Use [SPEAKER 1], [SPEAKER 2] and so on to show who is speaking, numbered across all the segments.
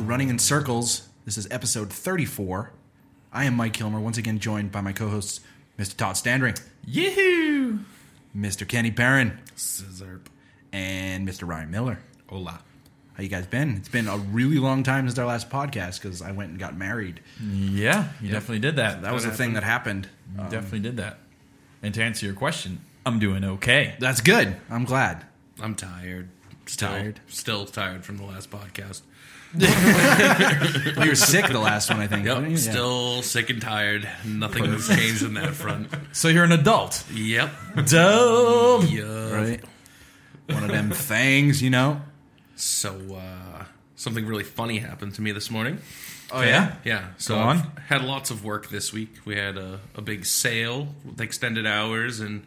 [SPEAKER 1] Running in Circles. This is episode 34. I am Mike Kilmer, once again joined by my co hosts, Mr. Todd Standring,
[SPEAKER 2] Yahoo!
[SPEAKER 1] Mr. Kenny Barron,
[SPEAKER 2] Scissorp.
[SPEAKER 1] and Mr. Ryan Miller.
[SPEAKER 2] Hola.
[SPEAKER 1] How you guys been? It's been a really long time since our last podcast because I went and got married.
[SPEAKER 2] Yeah, you definitely did that.
[SPEAKER 1] That was the thing that happened.
[SPEAKER 2] You definitely did that. And to answer your question, I'm doing okay.
[SPEAKER 1] That's good. I'm glad.
[SPEAKER 3] I'm tired. Still,
[SPEAKER 1] Tired?
[SPEAKER 3] Still tired from the last podcast.
[SPEAKER 1] You were sick the last one, I think.
[SPEAKER 3] Yep.
[SPEAKER 1] weren't you? Yeah.
[SPEAKER 3] Still sick and tired. Nothing has changed in that front.
[SPEAKER 2] So you're an adult.
[SPEAKER 3] Yep.
[SPEAKER 2] Dumb.
[SPEAKER 3] Yeah.
[SPEAKER 1] Right? One of them things, you know?
[SPEAKER 3] So uh, something really funny happened to me this morning.
[SPEAKER 2] Oh yeah.
[SPEAKER 3] Yeah. So
[SPEAKER 2] Go
[SPEAKER 3] I've
[SPEAKER 2] on.
[SPEAKER 3] had lots of work this week. We had a, a big sale with extended hours and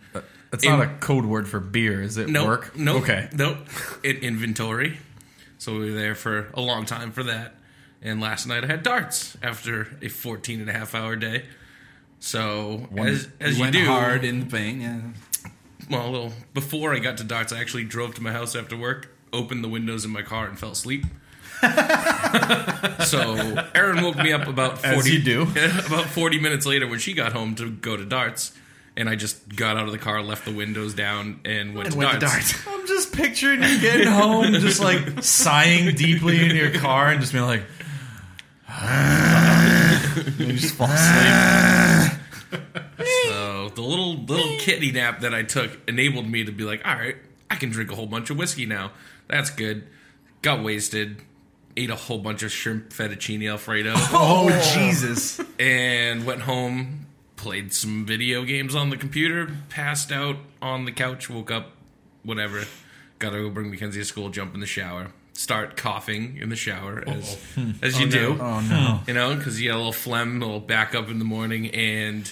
[SPEAKER 2] That's
[SPEAKER 3] In-
[SPEAKER 2] not a code word for beer, is it?
[SPEAKER 3] no
[SPEAKER 2] Work.
[SPEAKER 3] No.
[SPEAKER 2] Okay.
[SPEAKER 3] No. In inventory. So we were there for a long time for that. And last night I had darts after a 14 and a half hour day. So as, as you
[SPEAKER 1] went
[SPEAKER 3] do
[SPEAKER 1] hard in the paint. Yeah.
[SPEAKER 3] well, a little before I got to darts, I actually drove to my house after work, opened the windows in my car, and fell asleep. so Erin woke me up about forty.
[SPEAKER 2] As you do.
[SPEAKER 3] about forty minutes later when she got home to go to darts, and I just got out of the car, left the windows down, and went,
[SPEAKER 1] And
[SPEAKER 3] to,
[SPEAKER 1] went to
[SPEAKER 3] darts.
[SPEAKER 1] darts.
[SPEAKER 2] I'm just picturing you getting home, just like sighing deeply in your car, and just being like, and you just fall asleep.
[SPEAKER 3] So the little little kidney nap that I took enabled me to be like, all right, I can drink a whole bunch of whiskey now. That's good. Got wasted. Ate a whole bunch of shrimp fettuccine alfredo.
[SPEAKER 1] Oh, Jesus.
[SPEAKER 3] and went home, played some video games on the computer, passed out on the couch, woke up, whatever. Gotta go bring Mackenzie to school, jump in the shower, start coughing in the shower as, as you do.
[SPEAKER 1] Oh, no.
[SPEAKER 3] You know, because you got a little phlegm, a little back up in the morning, and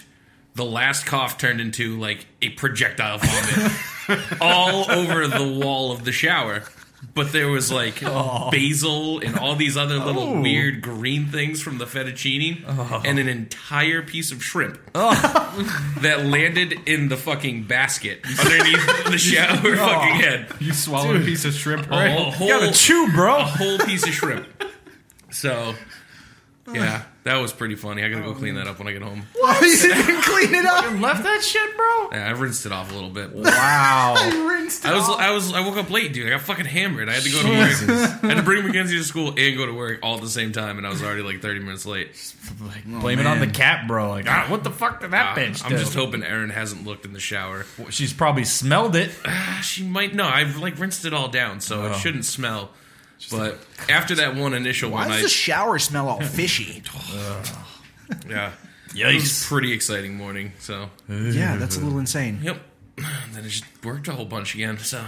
[SPEAKER 3] the last cough turned into like a projectile vomit all over the wall of the shower. But there was like basil and all these other little weird green things from the fettuccine and an entire piece of shrimp that landed in the fucking basket underneath the shower fucking head.
[SPEAKER 2] You swallow a piece of shrimp.
[SPEAKER 3] A
[SPEAKER 2] Right?
[SPEAKER 3] whole-
[SPEAKER 2] gotta chew, bro.
[SPEAKER 3] a whole piece of shrimp. So, yeah, that was pretty funny. I gotta go clean that up when I get home.
[SPEAKER 1] What? You didn't clean it up.
[SPEAKER 2] Left that shit, bro.
[SPEAKER 3] Yeah, I rinsed it off a little bit.
[SPEAKER 2] Wow.
[SPEAKER 1] I rinsed it
[SPEAKER 3] I was,
[SPEAKER 1] off.
[SPEAKER 3] I was, I woke up late, dude. I got fucking hammered. I had to go to work. I had to bring Mackenzie to school and go to work all at the same time, and I was already like thirty minutes late.
[SPEAKER 2] Like, blame it on
[SPEAKER 1] man.
[SPEAKER 2] the cat, bro. Like, ah, what the fuck did that
[SPEAKER 3] Uh,
[SPEAKER 2] bitch
[SPEAKER 3] I'm
[SPEAKER 2] do?
[SPEAKER 3] just hoping Erin hasn't looked in the shower.
[SPEAKER 2] She's probably smelled it.
[SPEAKER 3] Ah, She might no. I've like rinsed it all down, so it
[SPEAKER 2] Oh.
[SPEAKER 3] shouldn't smell. But after that one initial
[SPEAKER 1] Why
[SPEAKER 3] one,
[SPEAKER 1] does
[SPEAKER 3] I
[SPEAKER 1] the shower smell all fishy?
[SPEAKER 3] yeah, it was a
[SPEAKER 2] Yikes.
[SPEAKER 3] pretty exciting morning. So
[SPEAKER 1] yeah, that's a little insane.
[SPEAKER 3] yep. Then it just worked a whole bunch again. So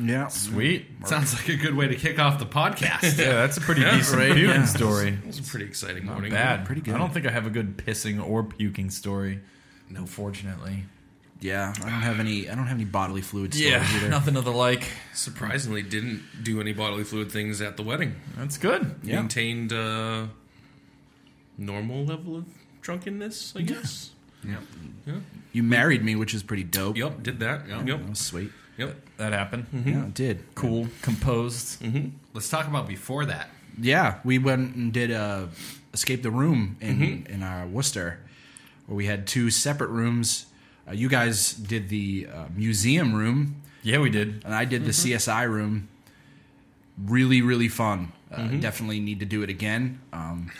[SPEAKER 1] Yeah.
[SPEAKER 2] Sweet.
[SPEAKER 4] Sounds like a good way to kick off the podcast.
[SPEAKER 2] Yeah, that's a pretty decent
[SPEAKER 3] right?
[SPEAKER 2] puking
[SPEAKER 1] Yeah.
[SPEAKER 2] story.
[SPEAKER 3] It was a pretty exciting
[SPEAKER 2] Not
[SPEAKER 3] morning.
[SPEAKER 2] bad.
[SPEAKER 1] Pretty good.
[SPEAKER 2] I don't think I have a good pissing or puking story. No, fortunately.
[SPEAKER 1] Yeah, I don't have any. I don't have any bodily fluid stories either.
[SPEAKER 2] nothing of the like.
[SPEAKER 3] Surprisingly, didn't do any bodily fluid things at the wedding.
[SPEAKER 2] That's good.
[SPEAKER 1] Yeah.
[SPEAKER 3] Maintained uh, normal level of drunkenness, I guess.
[SPEAKER 1] You married me, which is pretty dope.
[SPEAKER 3] Yep, did that. Yep,
[SPEAKER 1] That
[SPEAKER 3] yep.
[SPEAKER 1] was sweet.
[SPEAKER 3] yep.
[SPEAKER 2] That happened.
[SPEAKER 1] Yeah, it did.
[SPEAKER 2] Cool. Composed.
[SPEAKER 1] Mm-hmm.
[SPEAKER 4] Let's talk about before that.
[SPEAKER 1] Yeah, we went and did uh, escape the room in in our Worcester, where we had two separate rooms. Uh, you guys did the uh, museum room,
[SPEAKER 2] Yeah, we did.
[SPEAKER 1] and I did the CSI room. Really, really fun. Uh, Definitely need to do it again. Um,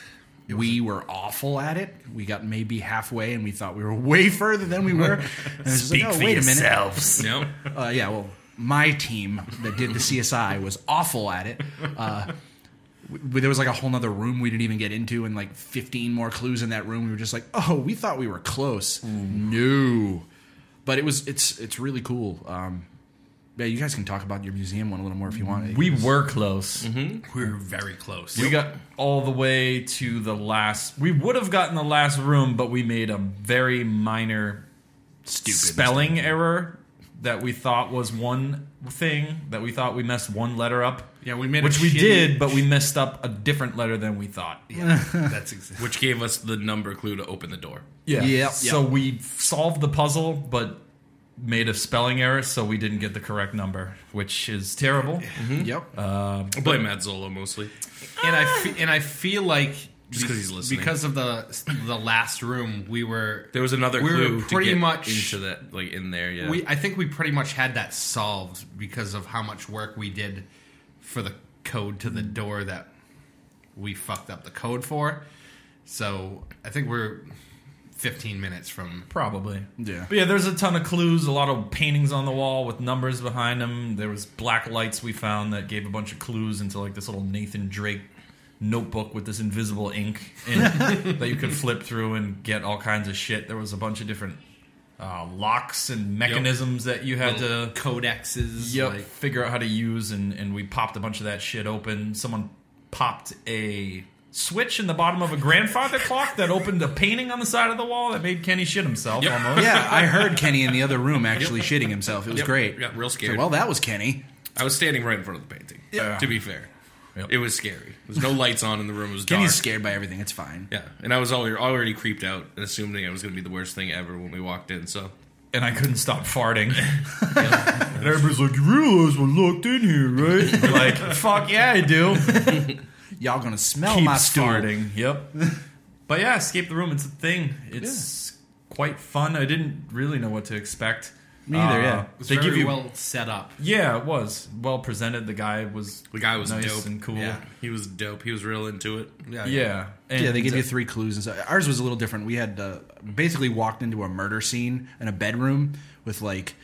[SPEAKER 1] we were awful at it. We got maybe halfway, and we thought we were way further than we were. And it was just like, oh, wait a minute.
[SPEAKER 2] yourselves.
[SPEAKER 3] No,
[SPEAKER 1] uh, yeah, well, my team that did the CSI was awful at it. Uh, w- there was like a whole nother room we didn't even get into, and like 15 more clues in that room. We were just like, oh, we thought we were close. No, but it was it's it's really cool. Um, yeah, you guys can talk about your museum one a little more if you want.
[SPEAKER 2] We were close.
[SPEAKER 1] Mm-hmm.
[SPEAKER 4] We were very close.
[SPEAKER 2] We got all the way to the last. We would have gotten the last room, but we made a very minor
[SPEAKER 1] stupid
[SPEAKER 2] spelling error that we thought was one thing that we thought we messed one letter up.
[SPEAKER 4] Yeah, we made a
[SPEAKER 2] which we
[SPEAKER 4] shitty-
[SPEAKER 2] did, but we messed up a different letter than we thought.
[SPEAKER 4] Yeah, that's exactly.
[SPEAKER 3] which gave us the number clue to open the door.
[SPEAKER 2] Yeah.
[SPEAKER 1] Yep,
[SPEAKER 2] So we solved the puzzle, but made a spelling error, so we didn't get the correct number, which is terrible.
[SPEAKER 1] Mm-hmm. Yep. Uh,
[SPEAKER 3] I blame Matt Zola mostly.
[SPEAKER 4] and I fe- and I feel like
[SPEAKER 3] Just 'cause he's listening.
[SPEAKER 4] because of the the last room we were
[SPEAKER 3] There was another
[SPEAKER 4] We were
[SPEAKER 3] clue
[SPEAKER 4] pretty
[SPEAKER 3] to get
[SPEAKER 4] much-
[SPEAKER 3] into that, like in there. Yeah,
[SPEAKER 4] we I think we pretty much had that solved because of how much work we did for the code to the door that we fucked up the code for. So I think we're 15 minutes from
[SPEAKER 2] Probably.
[SPEAKER 1] Yeah.
[SPEAKER 2] But yeah, there's a ton of clues, a lot of paintings on the wall with numbers behind them. There was black lights we found that gave a bunch of clues into like this little Nathan Drake notebook with this invisible ink in it that you could flip through and get all kinds of shit. There was a bunch of different uh, locks and mechanisms that you had to
[SPEAKER 4] codexes.
[SPEAKER 2] yep,
[SPEAKER 4] like-
[SPEAKER 2] figure out how to use, and, and we popped a bunch of that shit open. Someone popped a switch in the bottom of a grandfather clock that opened a painting on the side of the wall that made Kenny shit himself almost.
[SPEAKER 1] yeah, I heard Kenny in the other room actually shitting himself. It was
[SPEAKER 3] Yep.
[SPEAKER 1] great.
[SPEAKER 3] Got real scared.
[SPEAKER 1] So, well, that was Kenny.
[SPEAKER 3] I was standing right in front of the painting.
[SPEAKER 2] Yeah.
[SPEAKER 3] To be fair,
[SPEAKER 2] Yep.
[SPEAKER 3] it was scary. There's no lights on in the room. It was dark.
[SPEAKER 1] Kenny's scared by everything. It's fine.
[SPEAKER 3] Yeah, and I was already already creeped out and assuming it was going to be the worst thing ever when we walked in. So
[SPEAKER 2] and I couldn't stop farting. and everybody's like, "You realize we're locked in here, right?" I'm like, fuck yeah, I do.
[SPEAKER 1] Y'all gonna smell
[SPEAKER 2] Keep
[SPEAKER 1] my stool.
[SPEAKER 2] starting. Yep. But yeah, escape the room. It's a thing. It's quite fun. I didn't really know what to expect.
[SPEAKER 1] Me either, yeah.
[SPEAKER 4] It was
[SPEAKER 2] they
[SPEAKER 4] very
[SPEAKER 2] give you.
[SPEAKER 4] well set up.
[SPEAKER 2] yeah, it was well presented. The guy was
[SPEAKER 3] the guy was
[SPEAKER 2] nice
[SPEAKER 3] dope.
[SPEAKER 2] and cool.
[SPEAKER 4] Yeah.
[SPEAKER 3] He was dope. He was real into it.
[SPEAKER 4] Yeah.
[SPEAKER 2] Yeah. And
[SPEAKER 1] Yeah, they give you three clues. And so ours was a little different. We had uh, basically walked into a murder scene in a bedroom with like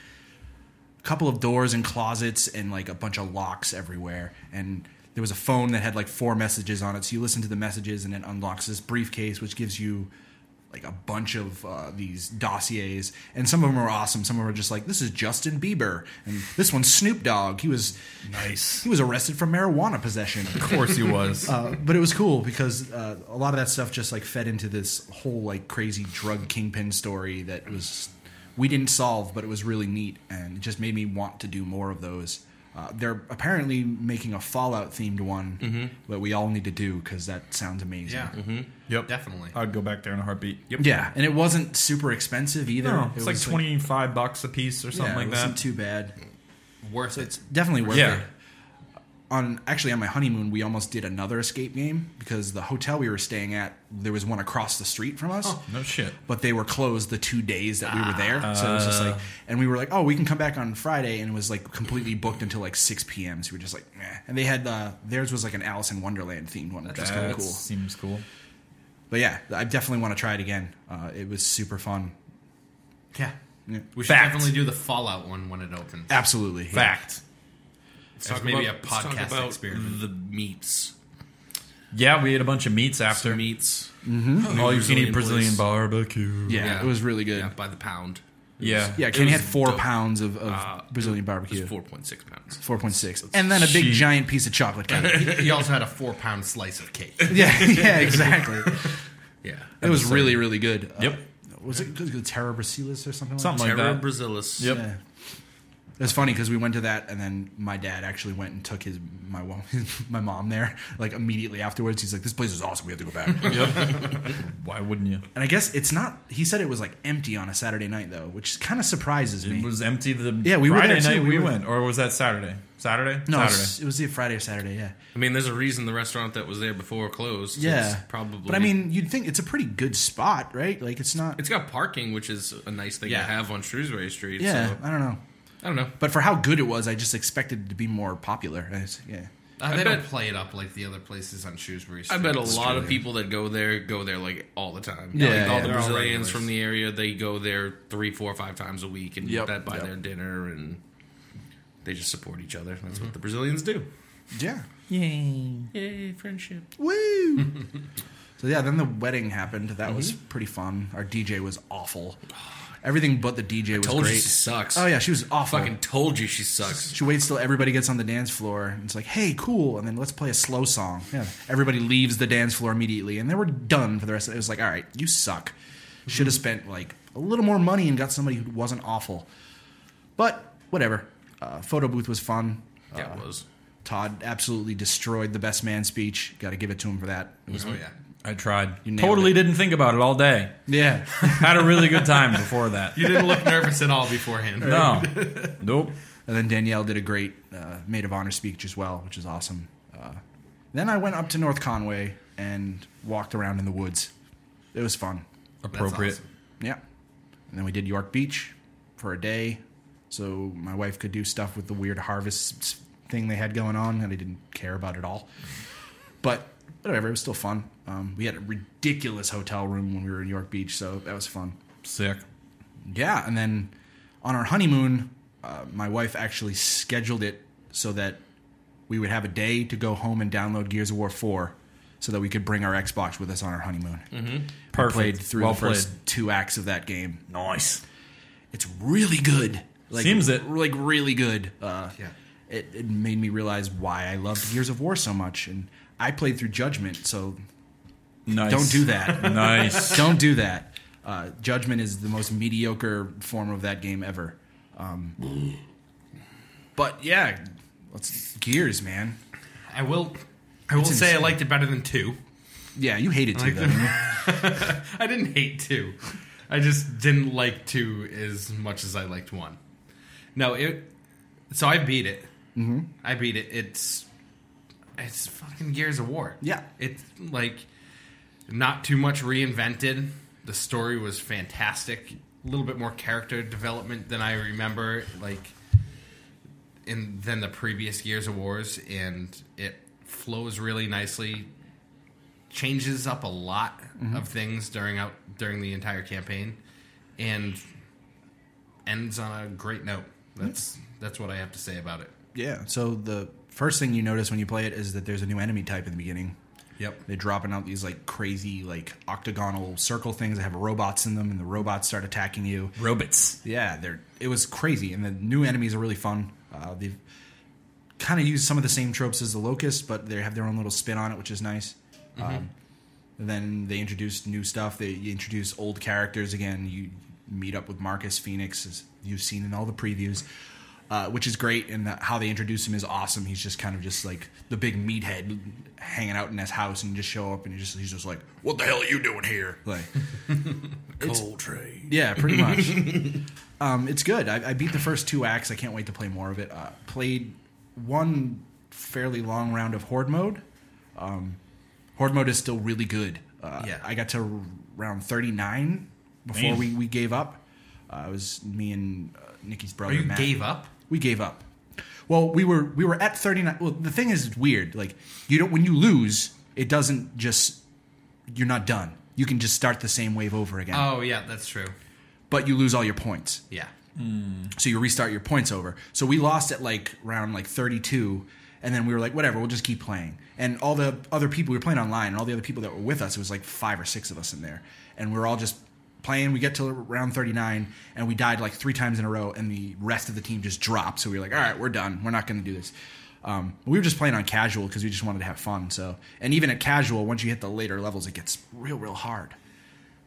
[SPEAKER 1] a couple of doors and closets and like a bunch of locks everywhere. And there was a phone that had like four messages on it. So you listen to the messages and it unlocks this briefcase, which gives you like a bunch of uh, these dossiers. And some of them are awesome. Some of them are just like, this is Justin Bieber. And this one's Snoop Dogg. He was
[SPEAKER 2] nice.
[SPEAKER 1] he was arrested for marijuana possession.
[SPEAKER 2] Of course he was.
[SPEAKER 1] Uh, but it was cool because uh, a lot of that stuff just like fed into this whole like crazy drug kingpin story that was we didn't solve, but it was really neat and it just made me want to do more of those. Uh, they're apparently making a Fallout themed one that we all need to do because that sounds amazing.
[SPEAKER 4] Yeah.
[SPEAKER 2] yep. Uh,
[SPEAKER 4] Definitely.
[SPEAKER 2] I'd go back there in a heartbeat. Yep.
[SPEAKER 1] Yeah, and it wasn't super expensive either.
[SPEAKER 2] No,
[SPEAKER 1] It
[SPEAKER 2] it's like
[SPEAKER 1] was,
[SPEAKER 2] twenty five bucks a piece or
[SPEAKER 1] yeah,
[SPEAKER 2] something
[SPEAKER 1] it
[SPEAKER 2] like
[SPEAKER 1] wasn't
[SPEAKER 2] that.
[SPEAKER 1] too bad.
[SPEAKER 4] Worth it.
[SPEAKER 1] It's definitely worth
[SPEAKER 2] Yeah.
[SPEAKER 1] it. On actually on my honeymoon, we almost did another escape game because the hotel we were staying at, there was one across the street from us.
[SPEAKER 2] Oh, no shit.
[SPEAKER 1] but they were closed the two days that we were there. So it was
[SPEAKER 3] Uh.
[SPEAKER 1] just like, and we were like, oh, we can come back on Friday, and it was like completely booked until like six p.m. So we were just like, meh. and they had uh, theirs was like an Alice in Wonderland themed one, which was kind
[SPEAKER 2] That
[SPEAKER 1] of cool.
[SPEAKER 2] seems cool.
[SPEAKER 1] But yeah, I definitely want to try it again. Uh, it was super fun.
[SPEAKER 4] yeah.
[SPEAKER 1] Yeah.
[SPEAKER 4] We should
[SPEAKER 2] Fact.
[SPEAKER 4] definitely do the Fallout one when it opens.
[SPEAKER 1] Absolutely, yeah.
[SPEAKER 2] Fact.
[SPEAKER 3] Let's
[SPEAKER 4] As maybe a podcast experiment.
[SPEAKER 3] The meats.
[SPEAKER 2] Yeah, we ate a bunch of meats after.
[SPEAKER 3] Some meats.
[SPEAKER 2] All you can eat
[SPEAKER 3] place.
[SPEAKER 2] Brazilian barbecue.
[SPEAKER 1] Yeah,
[SPEAKER 4] Yeah.
[SPEAKER 1] it was really good.
[SPEAKER 3] Yeah,
[SPEAKER 1] Yeah,
[SPEAKER 3] by the pound.
[SPEAKER 2] Yeah.
[SPEAKER 1] Kenny
[SPEAKER 3] was
[SPEAKER 1] had four
[SPEAKER 3] dope.
[SPEAKER 1] pounds of, of
[SPEAKER 3] Uh,
[SPEAKER 1] Brazilian
[SPEAKER 3] It was
[SPEAKER 1] barbecue.
[SPEAKER 3] four point six pounds.
[SPEAKER 1] Four point six, and then a big
[SPEAKER 2] She-
[SPEAKER 1] giant piece of chocolate cake.
[SPEAKER 4] He also had a four pound slice of cake.
[SPEAKER 1] yeah, yeah, exactly.
[SPEAKER 3] Yeah,
[SPEAKER 1] It was really, really good. Uh,
[SPEAKER 2] Yep.
[SPEAKER 1] was it was it Terra Brasilis or something? Like that?
[SPEAKER 2] Something like
[SPEAKER 3] Terra
[SPEAKER 2] that.
[SPEAKER 3] Brazilis.
[SPEAKER 2] Yep.
[SPEAKER 1] Yeah. It's funny because we went to that, and then my dad actually went and took his my wo- my mom there like immediately afterwards. He's like, "This place is awesome. We have to go back."
[SPEAKER 2] Why wouldn't you?
[SPEAKER 1] and I guess it's not. He said it was like empty on a Saturday night though, which kind of surprises me.
[SPEAKER 2] It was empty the
[SPEAKER 1] Yeah, we were
[SPEAKER 2] Friday
[SPEAKER 1] there, too.
[SPEAKER 2] night
[SPEAKER 1] We
[SPEAKER 2] we,
[SPEAKER 1] were-
[SPEAKER 2] went. Or was that Saturday? Saturday?
[SPEAKER 1] no, it
[SPEAKER 2] Saturday.
[SPEAKER 1] was, it was either Friday or Saturday. Yeah,
[SPEAKER 3] I mean, there's a reason the restaurant that was there before closed.
[SPEAKER 1] yeah,
[SPEAKER 3] It's probably.
[SPEAKER 1] But I mean, you'd think it's a pretty good spot, right? Like it's not.
[SPEAKER 3] it's got parking, which is a nice thing
[SPEAKER 4] Yeah.
[SPEAKER 3] to have on Shrewsbury Street.
[SPEAKER 1] yeah,
[SPEAKER 3] so,
[SPEAKER 1] I don't know.
[SPEAKER 3] I don't know.
[SPEAKER 1] But for how good it was, I just expected it to be more popular. I just- yeah,
[SPEAKER 4] Uh, they
[SPEAKER 3] I
[SPEAKER 4] don't
[SPEAKER 3] bet-
[SPEAKER 4] play it up like the other places on Shrewsbury Street.
[SPEAKER 3] I bet a
[SPEAKER 4] It's
[SPEAKER 3] lot of
[SPEAKER 4] true.
[SPEAKER 3] people that go there go there like all the time.
[SPEAKER 1] Yeah,
[SPEAKER 3] like, all
[SPEAKER 1] yeah.
[SPEAKER 3] the
[SPEAKER 4] They're all
[SPEAKER 3] Brazilians
[SPEAKER 4] regulars.
[SPEAKER 3] from the area they go there three, four, five times a week and
[SPEAKER 1] Yep.
[SPEAKER 3] that buy
[SPEAKER 1] Yep.
[SPEAKER 3] their dinner and they just support each other. That's what the Brazilians do.
[SPEAKER 1] yeah.
[SPEAKER 3] Yay, friendship!
[SPEAKER 1] Woo! so yeah, then the wedding happened. That was
[SPEAKER 3] Mm-hmm.
[SPEAKER 1] pretty fun. Our DJ was awful. Everything but the DJ was
[SPEAKER 3] Told you
[SPEAKER 1] great.
[SPEAKER 3] she sucks.
[SPEAKER 1] Oh yeah, she was awful.
[SPEAKER 3] fucking told you she sucks.
[SPEAKER 1] She waits till everybody gets on the dance floor and it's like, hey, cool, and then let's play a slow song. Yeah. Everybody leaves the dance floor immediately, and then we're done for the rest of it. It was like, all right, you suck.
[SPEAKER 3] Mm-hmm.
[SPEAKER 1] Should have spent like a little more money and got somebody who wasn't awful. But whatever. Uh, photo booth was fun.
[SPEAKER 3] Yeah,
[SPEAKER 1] Uh,
[SPEAKER 3] it was.
[SPEAKER 1] Todd absolutely destroyed the best man speech. Got to give it to him for that. It was
[SPEAKER 4] Oh yeah.
[SPEAKER 2] I tried.
[SPEAKER 1] nailed
[SPEAKER 2] totally
[SPEAKER 1] it.
[SPEAKER 2] didn't think about it all day.
[SPEAKER 1] Yeah.
[SPEAKER 2] Had a really good time before that.
[SPEAKER 4] You didn't look nervous at all beforehand.
[SPEAKER 2] No. Nope.
[SPEAKER 1] And then Danielle did a great uh, maid of honor speech as well, which is awesome. Uh, then I went up to North Conway and walked around in the woods. It was fun.
[SPEAKER 2] Appropriate.
[SPEAKER 4] awesome.
[SPEAKER 1] Yeah. And then we did York Beach for a day. So my wife could do stuff with the weird harvest s- thing they had going on, and I didn't care about it all. But whatever, it was still fun. Um, we had a ridiculous hotel room when we were in York Beach, so that was fun.
[SPEAKER 2] Sick.
[SPEAKER 1] Yeah, and then on our honeymoon, uh, my wife actually scheduled it so that we would have a day to go home and download Gears of War 4 so that we could bring our Xbox with us on our honeymoon. Mm-hmm.
[SPEAKER 2] Perfect.
[SPEAKER 1] Played through
[SPEAKER 2] Well
[SPEAKER 1] the first
[SPEAKER 2] played.
[SPEAKER 1] two acts of that game.
[SPEAKER 2] Nice.
[SPEAKER 1] It's really good. Like,
[SPEAKER 2] Seems it.
[SPEAKER 1] Like, really good. Uh,
[SPEAKER 4] Yeah.
[SPEAKER 1] It, it made me realize why I loved Gears of War so much. And I played through Judgment, so
[SPEAKER 2] Nice.
[SPEAKER 1] don't do that.
[SPEAKER 2] Nice.
[SPEAKER 1] don't do that. Uh, Judgment is the most mediocre form of that game ever. Um, but yeah, let's Gears, man.
[SPEAKER 4] I will. I will
[SPEAKER 1] It's
[SPEAKER 4] say I
[SPEAKER 1] insane.
[SPEAKER 4] liked it better than two.
[SPEAKER 1] Yeah, you hated too.
[SPEAKER 4] Like
[SPEAKER 1] though, didn't you?
[SPEAKER 4] I didn't hate two. I just didn't like two as much as I liked one. No, it. So I beat it. Mm-hmm. I beat it. It's it's fucking Gears of War.
[SPEAKER 1] Yeah.
[SPEAKER 4] it's like not too much reinvented. The story was fantastic. A little bit more character development than I remember. Like in than the previous Gears of Wars, and it flows really nicely. Changes up a lot of things during out during the entire campaign, and ends on a great note. That's that's what I have to say about it.
[SPEAKER 1] Yeah. So the first thing you notice when you play it is that there's a new enemy type in the beginning.
[SPEAKER 4] Yep.
[SPEAKER 1] They're dropping out these like crazy like octagonal circle things that have robots in them, and the robots start attacking you.
[SPEAKER 2] Robots.
[SPEAKER 1] yeah, they're it was crazy, and the new enemies are really fun. Uh, they've kind of used some of the same tropes as the Locust, but they have their own little spin on it, which is nice. Um, and then they introduced new stuff. They introduced old characters again. You meet up with Marcus Phoenix, as you've seen in all the previews, uh, which is great. And the, how they introduce him is awesome. He's just kind of just like the big meathead hanging out in his house, and you just show up, and you just he's just like, "What the hell are you doing here?" Like.
[SPEAKER 3] Coal trade.
[SPEAKER 1] Yeah, pretty much. um, it's good. I, I beat the first two acts. I can't wait to play more of it. Uh, played one fairly long round of Horde mode. Um, Horde mode is still really good. Uh,
[SPEAKER 4] Yeah.
[SPEAKER 1] I got to round thirty nine before
[SPEAKER 2] Man.
[SPEAKER 1] we, we gave up. Uh, it was me and uh, Nikki's
[SPEAKER 4] Or
[SPEAKER 1] brother.
[SPEAKER 4] Oh, you
[SPEAKER 1] Matt.
[SPEAKER 4] gave up?
[SPEAKER 1] We gave up. Well, we were we were at 39. Well, the thing is it's weird. Like you don't when you lose, it doesn't just you're not done. You can just start the same wave over again.
[SPEAKER 4] Oh yeah, that's true.
[SPEAKER 1] but you lose all your points.
[SPEAKER 4] Yeah.
[SPEAKER 1] So you restart your points over. So we lost at like round like 32 and then we were like whatever, we'll just keep playing. And all the other people we were playing online and all the other people that were with us, it was like 5 or 6 of us in there. And we were all just playing. We get to round 39 and we died like 3 times in a row and the rest of the team just dropped. So we were like, "All right, we're done. We're not going to do this." Um, we were just playing on casual because we just wanted to have fun. So, and even at casual, once you hit the later levels, it gets real, real hard.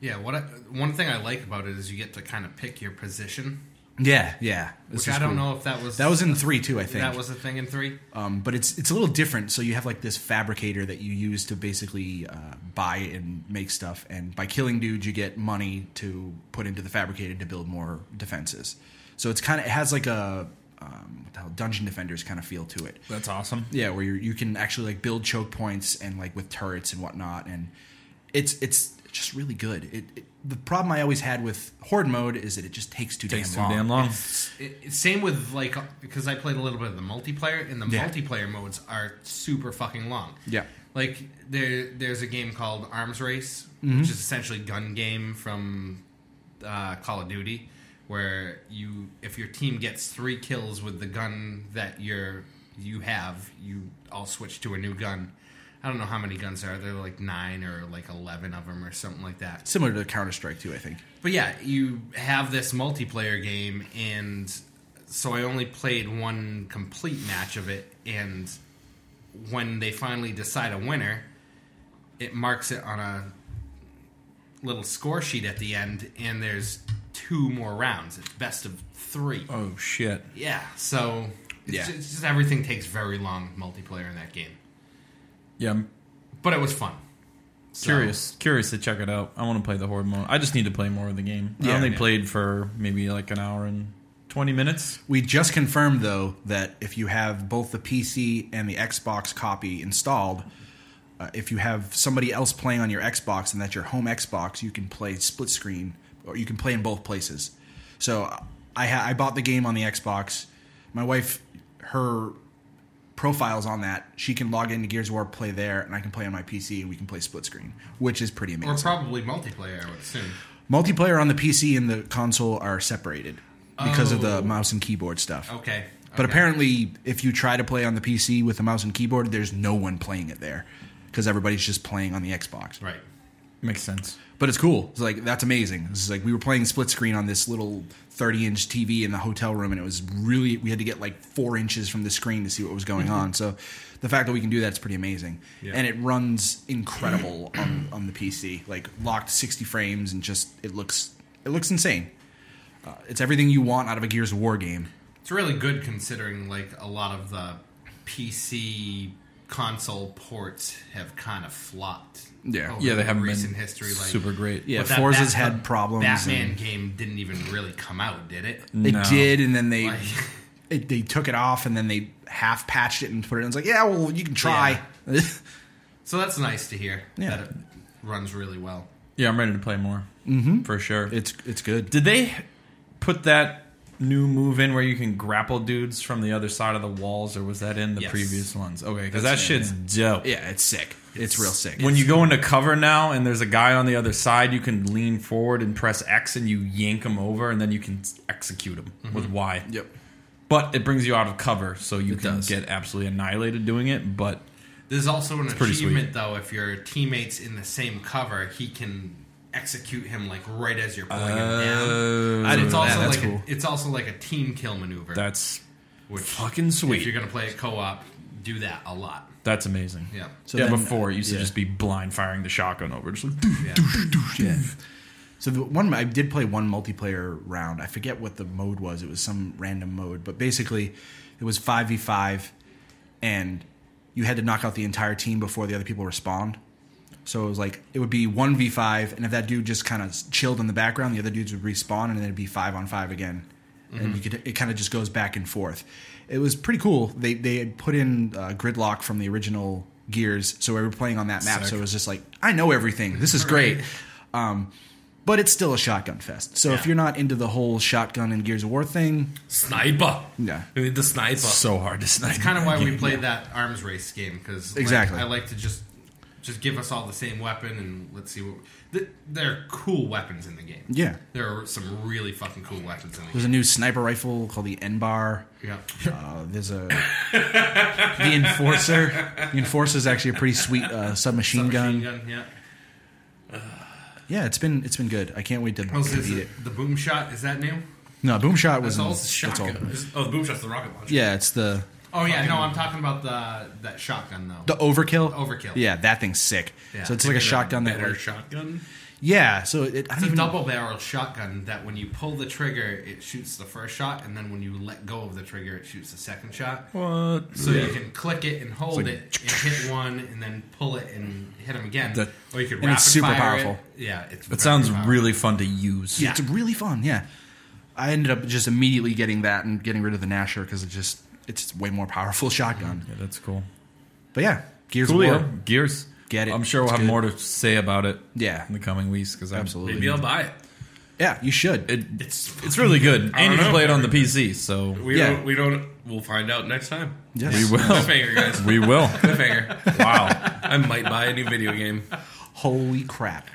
[SPEAKER 4] Yeah, what I, one thing I like about it is you get to kind of pick your position,
[SPEAKER 1] Yeah, yeah. This
[SPEAKER 4] which
[SPEAKER 1] is
[SPEAKER 4] I don't
[SPEAKER 1] cool.
[SPEAKER 4] know if that was
[SPEAKER 1] That was in three too, I think.
[SPEAKER 4] that was a thing in three.
[SPEAKER 1] um, but it's it's a little different. So you have like this fabricator that you use to basically uh, buy and make stuff, and by killing dudes, you get money to put into the fabricator to build more defenses. So it's kind of it has like a um, what the hell, dungeon defenders kind of feel to it.
[SPEAKER 2] That's awesome.
[SPEAKER 1] Yeah, where you you can actually like build choke points and like with turrets and whatnot, and it's it's just really good. It, it the problem I always had with horde mode is that it just takes too damn
[SPEAKER 2] Takes too
[SPEAKER 1] long.
[SPEAKER 2] damn long.
[SPEAKER 4] It, it- same with like because I played a little bit of the multiplayer, and the
[SPEAKER 1] Yeah.
[SPEAKER 4] multiplayer modes are super fucking long.
[SPEAKER 1] Yeah.
[SPEAKER 4] like there there's a game called Arms Race,
[SPEAKER 1] Mm-hmm.
[SPEAKER 4] which is essentially gun game from uh, Call of Duty, where you if your team gets three kills with the gun that you're you have, you all switch to a new gun. I don't know how many guns there are. There are like nine or like eleven of them or something like that.
[SPEAKER 1] Similar to Counter Strike too, I think.
[SPEAKER 4] But yeah, you have this multiplayer game, and so I only played one complete match of it. And when they finally decide a winner, it marks it on a little score sheet at the end, and there's two more rounds. It's best of three.
[SPEAKER 2] Oh shit.
[SPEAKER 4] Yeah, so it's,
[SPEAKER 1] Yeah.
[SPEAKER 4] Just, it's just everything takes very long multiplayer in that game.
[SPEAKER 2] Yeah.
[SPEAKER 4] But it was fun. So-
[SPEAKER 2] Curious, curious to check it out. I want to play the horde mode. I just need to play more of the game. I
[SPEAKER 1] Yeah.
[SPEAKER 2] only
[SPEAKER 1] Yeah.
[SPEAKER 2] played for maybe like an hour and twenty minutes.
[SPEAKER 1] We just confirmed though that if you have both the PC and the Xbox copy installed, uh, if you have somebody else playing on your Xbox and that's your home Xbox, you can play split screen or you can play in both places. So I ha- I bought the game on the Xbox. My wife, her profile's on that. She can log into Gears of War, play there, and I can play on my PC and we can play split screen, which is pretty
[SPEAKER 4] Or
[SPEAKER 1] amazing.
[SPEAKER 4] probably multiplayer, I would assume.
[SPEAKER 1] Multiplayer on the PC and the console are separated because of the
[SPEAKER 4] Oh.
[SPEAKER 1] mouse and keyboard stuff.
[SPEAKER 4] Okay.
[SPEAKER 1] But
[SPEAKER 4] okay.
[SPEAKER 1] apparently, if you try to play on the PC with a mouse and keyboard, there's no one playing it there because everybody's just playing on the Xbox.
[SPEAKER 4] Right.
[SPEAKER 2] Makes sense.
[SPEAKER 1] But it's cool. It's like that's amazing. It's like we were playing split screen on this little 30 inch TV in the hotel room, and it was really we had to get like four inches from the screen to see what was
[SPEAKER 4] Mm-hmm.
[SPEAKER 1] going on. So the fact that we can do that is pretty amazing, and it runs incredible on on the PC. Like locked 60 frames, and just it looks it looks insane. Uh, it's everything you want out of a Gears of War game.
[SPEAKER 4] It's really good considering like a lot of the PC console ports have kind of flopped.
[SPEAKER 1] Yeah.
[SPEAKER 4] over
[SPEAKER 2] Yeah, they haven't
[SPEAKER 4] recent
[SPEAKER 2] been
[SPEAKER 4] history. Like
[SPEAKER 2] super great. Yeah,
[SPEAKER 4] but
[SPEAKER 1] Forza's
[SPEAKER 4] Bat-
[SPEAKER 1] had
[SPEAKER 4] the
[SPEAKER 1] problems
[SPEAKER 4] Batman
[SPEAKER 1] and-
[SPEAKER 4] game didn't even really come out, did it?
[SPEAKER 1] It
[SPEAKER 2] No.
[SPEAKER 1] did, and then they
[SPEAKER 4] Like-
[SPEAKER 1] it, they took it off, and then they half patched it and put it. in. It's like, yeah, well, you can try.
[SPEAKER 4] So that's nice to hear.
[SPEAKER 1] Yeah.
[SPEAKER 4] That it runs really well.
[SPEAKER 2] yeah. I'm ready to play more mm-hmm. for sure.
[SPEAKER 1] it's it's good.
[SPEAKER 2] Did they put that new move in where you can grapple dudes from the other side of the walls, or was that in the
[SPEAKER 4] Yes.
[SPEAKER 2] previous ones? Okay, because that
[SPEAKER 4] That's in,
[SPEAKER 2] shit's dope.
[SPEAKER 1] Yeah, it's sick. It's, real sick.
[SPEAKER 2] When you go into cover now and there's a guy on the other side, you can lean forward and press X and you yank him over and then you can execute him with Y.
[SPEAKER 1] Mm-hmm. yep,
[SPEAKER 2] But it brings you out of cover, so you can
[SPEAKER 1] does.
[SPEAKER 2] get absolutely annihilated doing it. But
[SPEAKER 4] There's also an
[SPEAKER 2] pretty sweet.
[SPEAKER 4] achievement though. If your teammates in the same cover, he can execute him like right as you're pulling him down.
[SPEAKER 2] I
[SPEAKER 4] So
[SPEAKER 2] didn't
[SPEAKER 4] it's
[SPEAKER 2] know
[SPEAKER 4] also
[SPEAKER 2] that. Oh, That's
[SPEAKER 4] like
[SPEAKER 2] cool.
[SPEAKER 4] a, it's also like a team kill maneuver.
[SPEAKER 2] that's
[SPEAKER 4] which
[SPEAKER 2] fucking
[SPEAKER 4] If
[SPEAKER 2] sweet.
[SPEAKER 4] you're gonna play a co-op, do that a lot.
[SPEAKER 2] That's amazing.
[SPEAKER 4] Yeah.
[SPEAKER 1] So
[SPEAKER 2] yeah,
[SPEAKER 1] then-
[SPEAKER 2] before it used
[SPEAKER 1] yeah.
[SPEAKER 2] to just be blind firing the shotgun over, just like
[SPEAKER 4] Yeah.
[SPEAKER 1] yeah. So the one I did play one multiplayer round. I forget what the mode was. It was some random mode, but basically, it was five v five, and you had to knock out the entire team before the other people respond. So it was like it would be one v five, and if that dude just kind of chilled in the background, the other dudes would respawn, and then it'd be five on five again, and you could it kind of just goes back and forth. It was pretty cool. They they had put in uh, gridlock from the original Gears, so we were playing on that map. So it was just like I know everything. This is great. Um, but it's still a shotgun fest. So if
[SPEAKER 4] Yeah.
[SPEAKER 1] you're not into the whole shotgun and Gears of War thing,
[SPEAKER 3] Sniper.
[SPEAKER 1] Yeah.
[SPEAKER 3] We need the sniper.
[SPEAKER 2] so hard to snipe.
[SPEAKER 4] It's kind of why we played that arms race game because
[SPEAKER 1] Exactly.
[SPEAKER 4] I like to just just give us all the same weapon and let's see what. Th- there are cool weapons in the game.
[SPEAKER 1] yeah,
[SPEAKER 4] There are some really fucking cool weapons in the
[SPEAKER 1] there's a new sniper rifle called the N bar.
[SPEAKER 4] game. Yeah.
[SPEAKER 1] Uh, there's a the Enforcer. The Enforcer is actually a pretty sweet uh, submachine,
[SPEAKER 4] Submachine
[SPEAKER 1] gun.
[SPEAKER 4] gun. Yeah.
[SPEAKER 1] Yeah, it's been it's been good. I can't wait to, to
[SPEAKER 4] What else Oh, is
[SPEAKER 1] beat
[SPEAKER 4] it?
[SPEAKER 1] it.
[SPEAKER 4] The boom shot is that new?
[SPEAKER 1] No, boom shot was
[SPEAKER 3] It's all
[SPEAKER 1] in- that's old.
[SPEAKER 3] shotgun. It's- Oh, the boom shot's the rocket launcher.
[SPEAKER 1] Yeah, it's the
[SPEAKER 4] Oh yeah, no, I'm talking about the that shotgun though.
[SPEAKER 1] the overkill.
[SPEAKER 4] Overkill.
[SPEAKER 1] Yeah, that thing's sick.
[SPEAKER 4] Yeah,
[SPEAKER 1] so it's
[SPEAKER 4] they
[SPEAKER 1] like a
[SPEAKER 4] did a
[SPEAKER 1] shotgun that.
[SPEAKER 3] Better
[SPEAKER 1] Like,
[SPEAKER 3] shotgun.
[SPEAKER 1] yeah, so it, I don't
[SPEAKER 4] It's a
[SPEAKER 1] even,
[SPEAKER 4] double barrel shotgun that when you pull the trigger, it shoots the first shot, and then when you let go of the trigger, it shoots the second shot.
[SPEAKER 2] What?
[SPEAKER 4] So you can click it and hold it and hit one, and then pull it and hit him again.
[SPEAKER 2] That-
[SPEAKER 4] or you could
[SPEAKER 1] and
[SPEAKER 4] rapid
[SPEAKER 1] it's super
[SPEAKER 4] fire it.
[SPEAKER 1] powerful.
[SPEAKER 4] Yeah, it's
[SPEAKER 2] That sounds
[SPEAKER 4] very powerful.
[SPEAKER 2] really fun to use.
[SPEAKER 1] It's really fun. Yeah, I ended up just immediately getting that and getting rid of the Nasher because it just it's way more powerful shotgun.
[SPEAKER 2] Yeah, that's cool.
[SPEAKER 1] But yeah, Gears of War.
[SPEAKER 2] Coolio. Gears.
[SPEAKER 1] Get it.
[SPEAKER 2] I'm sure we'll
[SPEAKER 1] It's good.
[SPEAKER 2] have more to say about it
[SPEAKER 1] Yeah.
[SPEAKER 2] in the coming weeks because
[SPEAKER 1] Absolutely.
[SPEAKER 3] Maybe I'll buy it.
[SPEAKER 1] Yeah, you should.
[SPEAKER 2] It, it's it's really good,
[SPEAKER 3] I
[SPEAKER 2] and you
[SPEAKER 3] don't
[SPEAKER 2] can
[SPEAKER 3] know.
[SPEAKER 2] play it on the PC. So
[SPEAKER 3] We
[SPEAKER 1] Yeah.
[SPEAKER 3] don't. We don't. We'll find out next time.
[SPEAKER 1] yes.
[SPEAKER 2] we will.
[SPEAKER 3] Cliffhanger, guys.
[SPEAKER 2] we will.
[SPEAKER 3] Cliffhanger.
[SPEAKER 2] Wow.
[SPEAKER 3] I might buy a new video game.
[SPEAKER 1] Holy crap!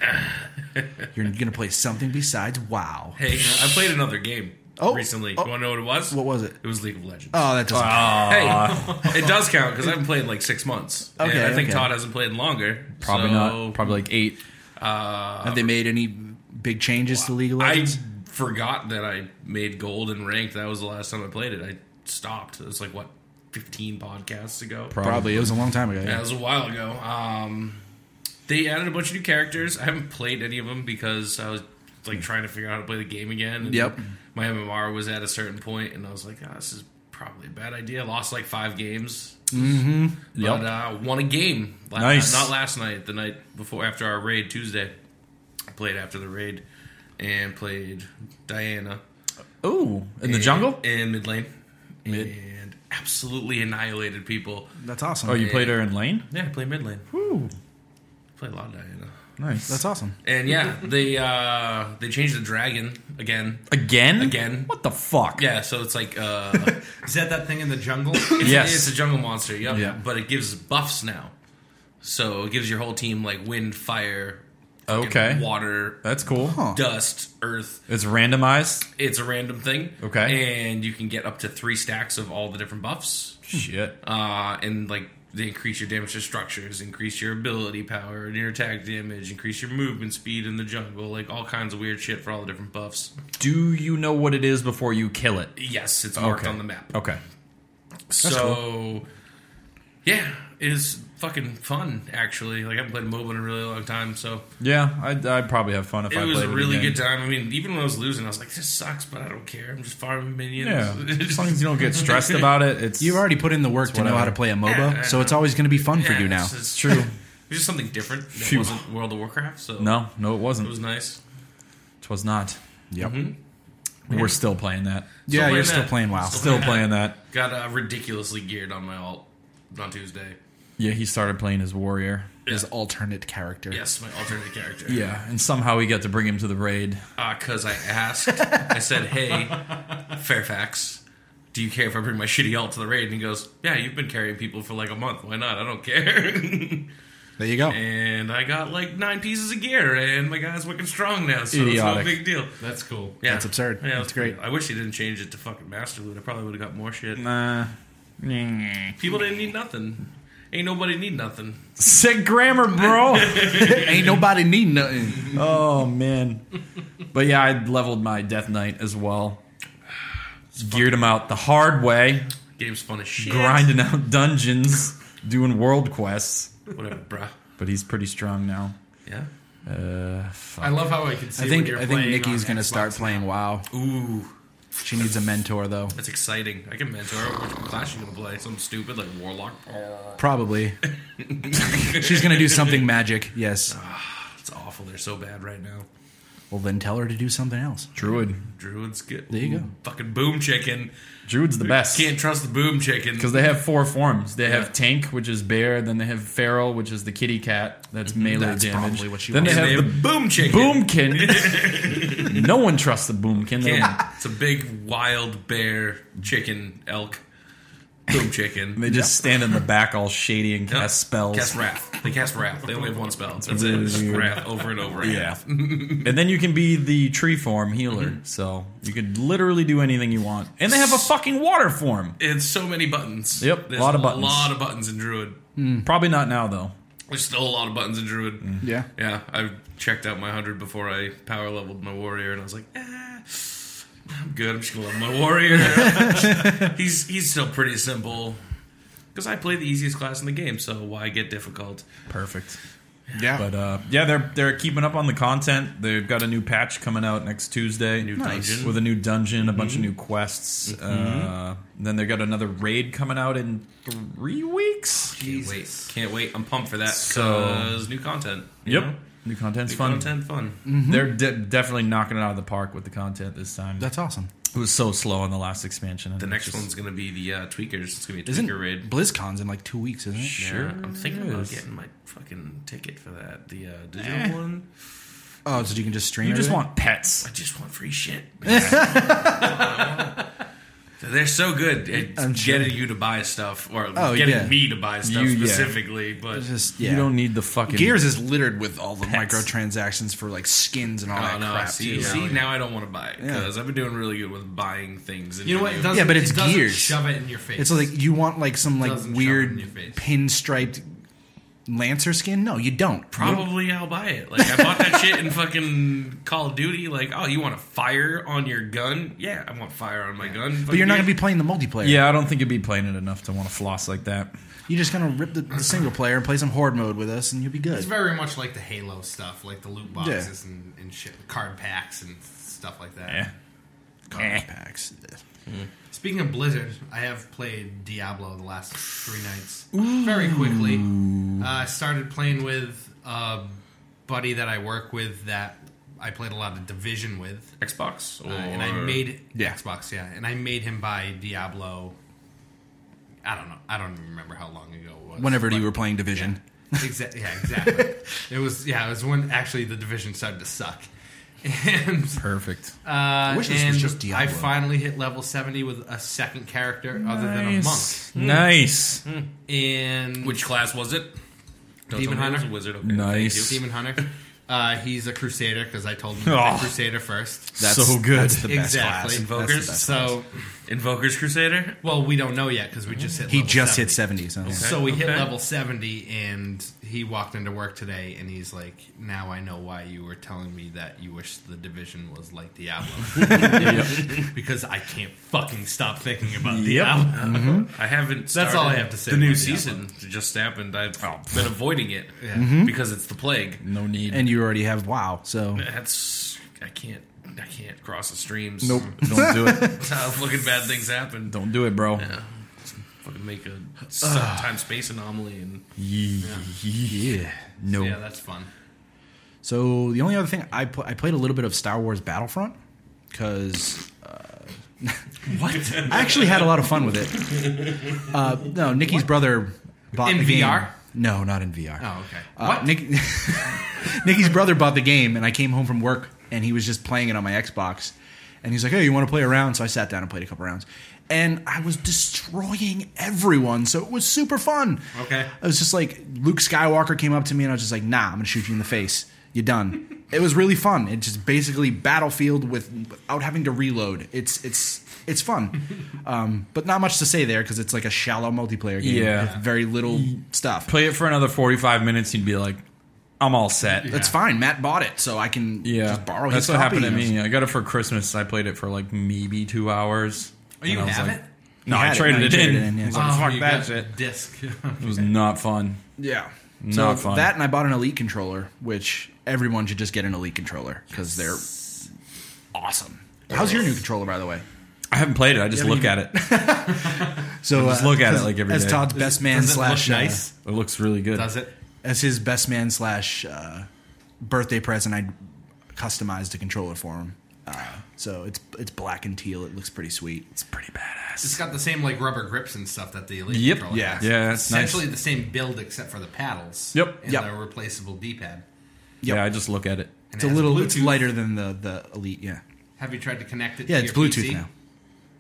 [SPEAKER 1] You're gonna play something besides WoW.
[SPEAKER 3] Hey, I played another game
[SPEAKER 1] Oh.
[SPEAKER 3] recently.
[SPEAKER 1] Oh.
[SPEAKER 3] You want to know what it was?
[SPEAKER 1] What was it?
[SPEAKER 3] It was League of Legends.
[SPEAKER 1] Oh, that doesn't.
[SPEAKER 2] Uh,
[SPEAKER 3] Hey, it does count because I haven't played in like six months. And
[SPEAKER 1] Okay,
[SPEAKER 3] I think
[SPEAKER 1] okay.
[SPEAKER 3] Todd hasn't played in longer.
[SPEAKER 2] Probably
[SPEAKER 3] so-
[SPEAKER 2] not. Probably like eight.
[SPEAKER 1] have they made any big changes to League of
[SPEAKER 3] I
[SPEAKER 1] Legends?
[SPEAKER 3] forgot that I made gold and ranked. That was the last time I played it. I stopped. It was like what, fifteen podcasts ago.
[SPEAKER 1] Probably. It was a long time ago.
[SPEAKER 3] Yeah, it
[SPEAKER 1] Yeah.
[SPEAKER 3] was a while ago. Um, they added a bunch of new characters. I haven't played any of them because I was like trying to figure out how to play the game again. and
[SPEAKER 1] Yep.
[SPEAKER 3] My MMR was at a certain point, and I was like, oh, this is probably a bad idea. Lost like five games.
[SPEAKER 2] Mm-hmm. Yep.
[SPEAKER 3] But uh, won a game. La-
[SPEAKER 2] Nice.
[SPEAKER 3] Not last night, the night before after our raid Tuesday. I played after the raid and played Diana.
[SPEAKER 2] Ooh, in the
[SPEAKER 3] and-
[SPEAKER 2] jungle?
[SPEAKER 3] And mid lane.
[SPEAKER 2] Mid.
[SPEAKER 3] And absolutely annihilated people.
[SPEAKER 1] That's awesome.
[SPEAKER 2] Oh, you played her in lane?
[SPEAKER 3] Yeah, I play mid lane.
[SPEAKER 2] Ooh,
[SPEAKER 3] Play a lot of Diana.
[SPEAKER 2] nice.
[SPEAKER 1] That's awesome.
[SPEAKER 3] And yeah, they uh they changed the dragon again.
[SPEAKER 2] Again?
[SPEAKER 3] Again.
[SPEAKER 2] What the fuck?
[SPEAKER 3] Yeah, so it's like uh
[SPEAKER 4] Is that that thing in the jungle?
[SPEAKER 2] Yes.
[SPEAKER 3] it's a jungle monster, yep.
[SPEAKER 2] Yeah.
[SPEAKER 3] But it gives buffs now. So it gives your whole team like wind, fire, fucking
[SPEAKER 2] okay.
[SPEAKER 3] water,
[SPEAKER 2] That's cool.
[SPEAKER 1] Huh.
[SPEAKER 3] dust, earth.
[SPEAKER 2] It's randomized.
[SPEAKER 3] It's a random thing.
[SPEAKER 2] Okay. Hmm.
[SPEAKER 3] And you can get up to three stacks of all the different buffs.
[SPEAKER 2] Shit.
[SPEAKER 3] Uh, and like they increase your damage to structures, increase your ability power, and your attack damage, increase your movement speed in the jungle, like all kinds of weird shit for all the different buffs.
[SPEAKER 2] Do you know what it is before you kill it?
[SPEAKER 3] Yes, it's marked
[SPEAKER 2] Okay. Oh,
[SPEAKER 3] on the map.
[SPEAKER 2] Okay.
[SPEAKER 3] so yeah, it is fucking fun actually. Like I haven't played MOBA in a really long time, so
[SPEAKER 2] Yeah, I'd, I'd probably have fun if I
[SPEAKER 3] it
[SPEAKER 2] played
[SPEAKER 3] was a really
[SPEAKER 2] again.
[SPEAKER 3] good time. I mean, even when I was losing, I was like, "This sucks," but I don't care. I'm just farming minions.
[SPEAKER 2] Yeah, as long as you don't get stressed about it, it's
[SPEAKER 1] You've already put in the work to know
[SPEAKER 2] whatever.
[SPEAKER 1] how to play a MOBA,
[SPEAKER 3] Yeah,
[SPEAKER 1] so
[SPEAKER 3] yeah.
[SPEAKER 1] it's always going to be fun for
[SPEAKER 3] Yeah,
[SPEAKER 1] you now.
[SPEAKER 3] It's, it's
[SPEAKER 2] true.
[SPEAKER 3] It's just something different. That
[SPEAKER 2] Phew.
[SPEAKER 3] wasn't World of Warcraft, so
[SPEAKER 2] No, no, it
[SPEAKER 3] it
[SPEAKER 2] wasn't.
[SPEAKER 3] was nice.
[SPEAKER 2] Twas not.
[SPEAKER 1] Yep.
[SPEAKER 2] We're still playing that.
[SPEAKER 1] Yeah,
[SPEAKER 3] Mm-hmm. playing
[SPEAKER 1] you're still
[SPEAKER 3] that.
[SPEAKER 1] playing WoW.
[SPEAKER 3] Still-
[SPEAKER 2] Still playing that.
[SPEAKER 3] Got uh, ridiculously geared on my alt on Tuesday.
[SPEAKER 2] Yeah, he started playing his warrior.
[SPEAKER 1] His alternate character.
[SPEAKER 3] Yes, my alternate character.
[SPEAKER 2] Yeah, and somehow we got to bring him to the raid.
[SPEAKER 3] because I asked. I said, "Hey, Fairfax, do you care if I bring my shitty alt to the raid?" And he goes, "Yeah, you've been carrying people for like a month. Why not? I don't care."
[SPEAKER 1] There you go.
[SPEAKER 3] and I got like nine pieces of gear, and my guy's looking strong now, so
[SPEAKER 2] Idiotic.
[SPEAKER 3] it's no big deal.
[SPEAKER 4] That's cool.
[SPEAKER 3] Yeah,
[SPEAKER 1] That's absurd.
[SPEAKER 3] Yeah,
[SPEAKER 1] That's
[SPEAKER 3] it's
[SPEAKER 1] great.
[SPEAKER 3] I wish he didn't change it to fucking Master Loot. I probably would have got more shit.
[SPEAKER 2] Nah.
[SPEAKER 3] People didn't need nothing. Ain't nobody need nothing.
[SPEAKER 2] Sick grammar, bro.
[SPEAKER 1] Ain't nobody need nothing.
[SPEAKER 2] oh man. But yeah, I leveled my Death Knight as well. Geared him out the hard way,
[SPEAKER 3] Game's fun as shit.
[SPEAKER 2] grinding out dungeons, doing world quests.
[SPEAKER 3] Whatever, bruh.
[SPEAKER 2] But he's pretty strong now.
[SPEAKER 3] Yeah.
[SPEAKER 2] Uh,
[SPEAKER 4] I love how I can see.
[SPEAKER 1] I think
[SPEAKER 4] what you're
[SPEAKER 1] I think
[SPEAKER 4] playing
[SPEAKER 1] Nikki's
[SPEAKER 4] on
[SPEAKER 1] going to
[SPEAKER 4] Xbox
[SPEAKER 1] start
[SPEAKER 4] now.
[SPEAKER 1] playing WoW.
[SPEAKER 3] Ooh.
[SPEAKER 1] She needs a mentor though.
[SPEAKER 3] That's exciting. I can mentor. her. Which class you gonna play? Something stupid like Warlock.
[SPEAKER 1] Probably. She's going to do something magic. Yes.
[SPEAKER 3] It's awful. They're so bad right now.
[SPEAKER 1] Well, then tell her to do something else.
[SPEAKER 2] Druid.
[SPEAKER 3] Druid's good.
[SPEAKER 1] There you
[SPEAKER 3] Ooh,
[SPEAKER 1] go.
[SPEAKER 3] Fucking boom chicken.
[SPEAKER 2] Druid's the best.
[SPEAKER 3] Can't trust the boom chicken.
[SPEAKER 2] Because they have four forms. They have tank, which is bear. Then they have feral, which is the kitty cat. That's
[SPEAKER 3] Mm-hmm.
[SPEAKER 2] melee
[SPEAKER 1] That's
[SPEAKER 2] damage.
[SPEAKER 1] probably what she
[SPEAKER 2] then they
[SPEAKER 1] wants.
[SPEAKER 2] have
[SPEAKER 3] they
[SPEAKER 2] the
[SPEAKER 3] have boom chicken.
[SPEAKER 2] boomkin. no one trusts the boomkin. They,
[SPEAKER 3] Can't. It's a big wild bear chicken elk. Boom chicken.
[SPEAKER 2] they just stand in the back, all shady, and
[SPEAKER 3] Yep.
[SPEAKER 2] cast spells.
[SPEAKER 3] Cast wrath. They cast wrath. They only have one spell. That's it.
[SPEAKER 2] really
[SPEAKER 3] It's just
[SPEAKER 2] weird.
[SPEAKER 3] wrath over and over.
[SPEAKER 2] yeah. and then you can be the tree form healer.
[SPEAKER 3] Mm-hmm.
[SPEAKER 2] So you could literally do anything you want. And they have a fucking water form.
[SPEAKER 3] It's so many buttons.
[SPEAKER 2] Yep,
[SPEAKER 3] There's
[SPEAKER 2] lot of buttons.
[SPEAKER 3] A lot of buttons in Druid.
[SPEAKER 2] Probably not now though.
[SPEAKER 3] There's still a lot of buttons in Druid.
[SPEAKER 2] Mm.
[SPEAKER 1] Yeah.
[SPEAKER 3] Yeah, I checked out my 100 before I power leveled my warrior, and I was like, eh, I'm good. I'm just going to level my warrior. he's he's still pretty simple. Because I play the easiest class in the game, so why get difficult?
[SPEAKER 2] Perfect.
[SPEAKER 1] Yeah.
[SPEAKER 2] But uh, yeah, they're they're keeping up on the content. They've got a new patch coming out next Tuesday.
[SPEAKER 3] New Nice. dungeon.
[SPEAKER 2] with a new dungeon, a bunch of new quests. Uh, then they've got another raid coming out in three weeks.
[SPEAKER 3] Can't wait. Can't wait. I'm pumped for that.
[SPEAKER 2] So-
[SPEAKER 3] Because new content. you
[SPEAKER 2] Yep,
[SPEAKER 3] know?
[SPEAKER 2] new content's
[SPEAKER 3] New
[SPEAKER 2] fun.
[SPEAKER 3] content, fun.
[SPEAKER 4] Mm-hmm.
[SPEAKER 2] They're de- definitely knocking it out of the park with the content this time.
[SPEAKER 1] That's awesome.
[SPEAKER 2] it was so slow on the last expansion.
[SPEAKER 3] The next one's going to be the uh, tweakers. It's going to be a
[SPEAKER 1] Isn't
[SPEAKER 3] tweaker raid.
[SPEAKER 1] BlizzCon's in like two weeks, isn't it?
[SPEAKER 3] Yeah,
[SPEAKER 2] sure
[SPEAKER 3] I'm thinking about
[SPEAKER 2] is. Eh.
[SPEAKER 3] getting my fucking ticket for that. The uh, digital one.
[SPEAKER 1] Oh, so you can just stream.
[SPEAKER 2] You just
[SPEAKER 1] everything?
[SPEAKER 2] want pets.
[SPEAKER 3] I just want free shit. They're so good at
[SPEAKER 1] I'm sure.
[SPEAKER 3] getting you to buy stuff, or
[SPEAKER 1] Oh,
[SPEAKER 3] getting
[SPEAKER 1] yeah.
[SPEAKER 3] me to buy stuff
[SPEAKER 2] You- yeah.
[SPEAKER 3] specifically. But
[SPEAKER 1] Just yeah.
[SPEAKER 2] You don't need the fucking
[SPEAKER 1] Gears is littered with all the
[SPEAKER 2] Pets.
[SPEAKER 1] microtransactions for like skins and all
[SPEAKER 3] oh
[SPEAKER 1] that
[SPEAKER 3] no,
[SPEAKER 1] crap.
[SPEAKER 3] see,
[SPEAKER 1] too.
[SPEAKER 3] see, now I don't want to buy it because I've been doing really good with buying things. And
[SPEAKER 4] You know what?
[SPEAKER 3] doing-
[SPEAKER 4] It doesn't,
[SPEAKER 1] Yeah, but it's
[SPEAKER 4] it doesn't
[SPEAKER 1] gears.
[SPEAKER 4] Shove it in your face.
[SPEAKER 1] It's like you want like some like
[SPEAKER 4] Doesn't shove
[SPEAKER 1] weird
[SPEAKER 4] in your face.
[SPEAKER 1] pinstriped lancer skin. No, you don't.
[SPEAKER 3] Probably I'll buy it. Like I bought that shit in fucking Call of Duty. Like, oh, you want a fire on your gun? Yeah, I want fire on my gun.
[SPEAKER 1] But you're not gonna be playing the multiplayer.
[SPEAKER 2] Yeah, I don't think you'd be playing it enough to want to floss like that.
[SPEAKER 1] You're just gonna rip the, the single player and play some horde mode with us, and you'll be
[SPEAKER 4] It's
[SPEAKER 1] good.
[SPEAKER 4] very much like the Halo stuff, like the loot boxes and, and shit, card packs and stuff like that.
[SPEAKER 2] Yeah.
[SPEAKER 1] card packs.
[SPEAKER 4] Speaking of Blizzard, I have played Diablo the last three nights very quickly. Uh, I started playing with a buddy that I work with that I played a lot of Division with,
[SPEAKER 3] Xbox, or,
[SPEAKER 4] uh, and I made
[SPEAKER 1] Yeah.
[SPEAKER 4] Xbox, yeah, and I made him buy Diablo. I don't know. I don't even remember how long ago it was.
[SPEAKER 1] Whenever you were playing Division,
[SPEAKER 4] Exactly. Yeah, exactly. it was. Yeah, it was when actually the Division started to suck. And
[SPEAKER 2] Perfect.
[SPEAKER 4] uh,
[SPEAKER 1] wish this was
[SPEAKER 4] and
[SPEAKER 1] just Diablo.
[SPEAKER 4] I finally hit level 70 with a second character other than a monk.
[SPEAKER 2] Nice.
[SPEAKER 4] And
[SPEAKER 3] which class was it? Don't
[SPEAKER 4] Demon
[SPEAKER 3] tell me it was
[SPEAKER 4] Hunter.
[SPEAKER 3] a wizard. Okay,
[SPEAKER 2] Nice.
[SPEAKER 3] thank you.
[SPEAKER 4] Demon Hunter, uh, he's a crusader because I told him to be
[SPEAKER 2] Oh.
[SPEAKER 4] a crusader first.
[SPEAKER 1] that's
[SPEAKER 2] so good.
[SPEAKER 1] That's the best class. That's
[SPEAKER 4] Exactly.
[SPEAKER 1] the best
[SPEAKER 3] Invokers,
[SPEAKER 1] class.
[SPEAKER 4] So,
[SPEAKER 3] Invoker's Crusader.
[SPEAKER 4] well, we don't know yet because we just hit.
[SPEAKER 1] he
[SPEAKER 4] level
[SPEAKER 1] just
[SPEAKER 4] 70.
[SPEAKER 1] hit seventy. So yeah.
[SPEAKER 4] So we hit
[SPEAKER 3] Okay.
[SPEAKER 4] level 70 and he walked into work today and he's like, Now I know why you were telling me that you wish the division was like Diablo. because I can't fucking stop thinking about Diablo.
[SPEAKER 3] I haven't.
[SPEAKER 4] That's
[SPEAKER 3] started
[SPEAKER 4] all I have to say
[SPEAKER 3] The new
[SPEAKER 4] about
[SPEAKER 3] season just happened. I've been avoiding it
[SPEAKER 4] Yeah.
[SPEAKER 3] because it's the plague.
[SPEAKER 2] No need.
[SPEAKER 1] and you already have WoW. So
[SPEAKER 3] That's I can't. I can't cross the streams.
[SPEAKER 1] Nope.
[SPEAKER 2] don't do it.
[SPEAKER 3] That's how fucking bad things happen.
[SPEAKER 2] Don't do it, bro.
[SPEAKER 3] fucking make a time space anomaly and
[SPEAKER 1] yeah.
[SPEAKER 2] No.
[SPEAKER 4] Yeah, that's fun.
[SPEAKER 1] So the only other thing I pl- I played a little bit of Star Wars Battlefront because
[SPEAKER 4] What?
[SPEAKER 1] I actually had a lot of fun with it. Uh, no, Nikki's brother bought
[SPEAKER 4] In
[SPEAKER 1] the game.
[SPEAKER 4] VR?
[SPEAKER 1] No, not in VR.
[SPEAKER 4] Oh, okay.
[SPEAKER 1] Uh,
[SPEAKER 4] what?
[SPEAKER 1] Nick- Nikki's brother bought the game, and I came home from work, and he was just playing it on my Xbox. And he's like, "Hey, you want to play a round?" So I sat down and played a couple rounds, and I was destroying everyone. So it was super fun.
[SPEAKER 4] Okay.
[SPEAKER 1] I was just like, Luke Skywalker came up to me, and I was just like, "Nah, I'm gonna shoot you in the face. You're done." it was really fun. It's just basically Battlefield with without having to reload. It's it's it's fun, um, but not much to say there because it's like a shallow multiplayer game
[SPEAKER 2] Yeah.
[SPEAKER 1] with very little stuff.
[SPEAKER 2] Play it for another 45 minutes, you'd be like, I'm all set.
[SPEAKER 1] It's
[SPEAKER 4] Yeah.
[SPEAKER 1] fine. Matt bought it, so I can
[SPEAKER 2] Yeah,
[SPEAKER 1] just borrow
[SPEAKER 2] That's
[SPEAKER 1] his
[SPEAKER 2] what
[SPEAKER 1] copy.
[SPEAKER 2] happened to me. I got it for Christmas. I played it for like maybe two hours.
[SPEAKER 4] Oh, you
[SPEAKER 2] And I was
[SPEAKER 4] have
[SPEAKER 2] like-
[SPEAKER 4] it?
[SPEAKER 2] No,
[SPEAKER 1] You
[SPEAKER 2] I
[SPEAKER 1] had it, no,
[SPEAKER 2] traded it,
[SPEAKER 1] you traded
[SPEAKER 2] in.
[SPEAKER 1] it in, yeah.
[SPEAKER 2] I was like,
[SPEAKER 4] Oh,
[SPEAKER 2] fuck
[SPEAKER 4] you
[SPEAKER 2] that
[SPEAKER 4] got
[SPEAKER 2] shit.
[SPEAKER 4] Disc.
[SPEAKER 2] It was not fun.
[SPEAKER 1] Yeah.
[SPEAKER 2] Not
[SPEAKER 1] so
[SPEAKER 2] fun.
[SPEAKER 1] that and I bought an Elite controller, which everyone should just get an Elite controller because they're awesome. How's your new controller, by the way?
[SPEAKER 2] I haven't played it. I just look at it.
[SPEAKER 1] So uh,
[SPEAKER 2] just look at it like every
[SPEAKER 1] as
[SPEAKER 2] day.
[SPEAKER 1] Todd's best man
[SPEAKER 4] Does it look
[SPEAKER 1] slash uh,
[SPEAKER 4] nice?
[SPEAKER 2] It looks really good.
[SPEAKER 4] Does it?
[SPEAKER 1] as his best man slash uh, birthday present. I customized a controller for him, uh, so it's it's black and teal. It looks pretty sweet.
[SPEAKER 2] It's pretty badass.
[SPEAKER 4] It's got the same like rubber grips and stuff that the Elite
[SPEAKER 2] Yep.
[SPEAKER 4] controller
[SPEAKER 1] Yeah.
[SPEAKER 4] has.
[SPEAKER 2] Yeah, it's nice.
[SPEAKER 4] essentially the same build except for the paddles.
[SPEAKER 2] Yep.
[SPEAKER 4] And
[SPEAKER 1] Yep.
[SPEAKER 4] the replaceable D-pad.
[SPEAKER 1] Yep.
[SPEAKER 2] Yeah, I just look at it.
[SPEAKER 4] And
[SPEAKER 1] It's a
[SPEAKER 4] it has
[SPEAKER 1] little it's
[SPEAKER 4] Bluetooth.
[SPEAKER 1] lighter than the the Elite. Yeah,
[SPEAKER 4] Have you tried to connect it?
[SPEAKER 1] yeah.
[SPEAKER 4] to
[SPEAKER 1] It's
[SPEAKER 4] your
[SPEAKER 1] Bluetooth
[SPEAKER 4] PC?
[SPEAKER 1] now.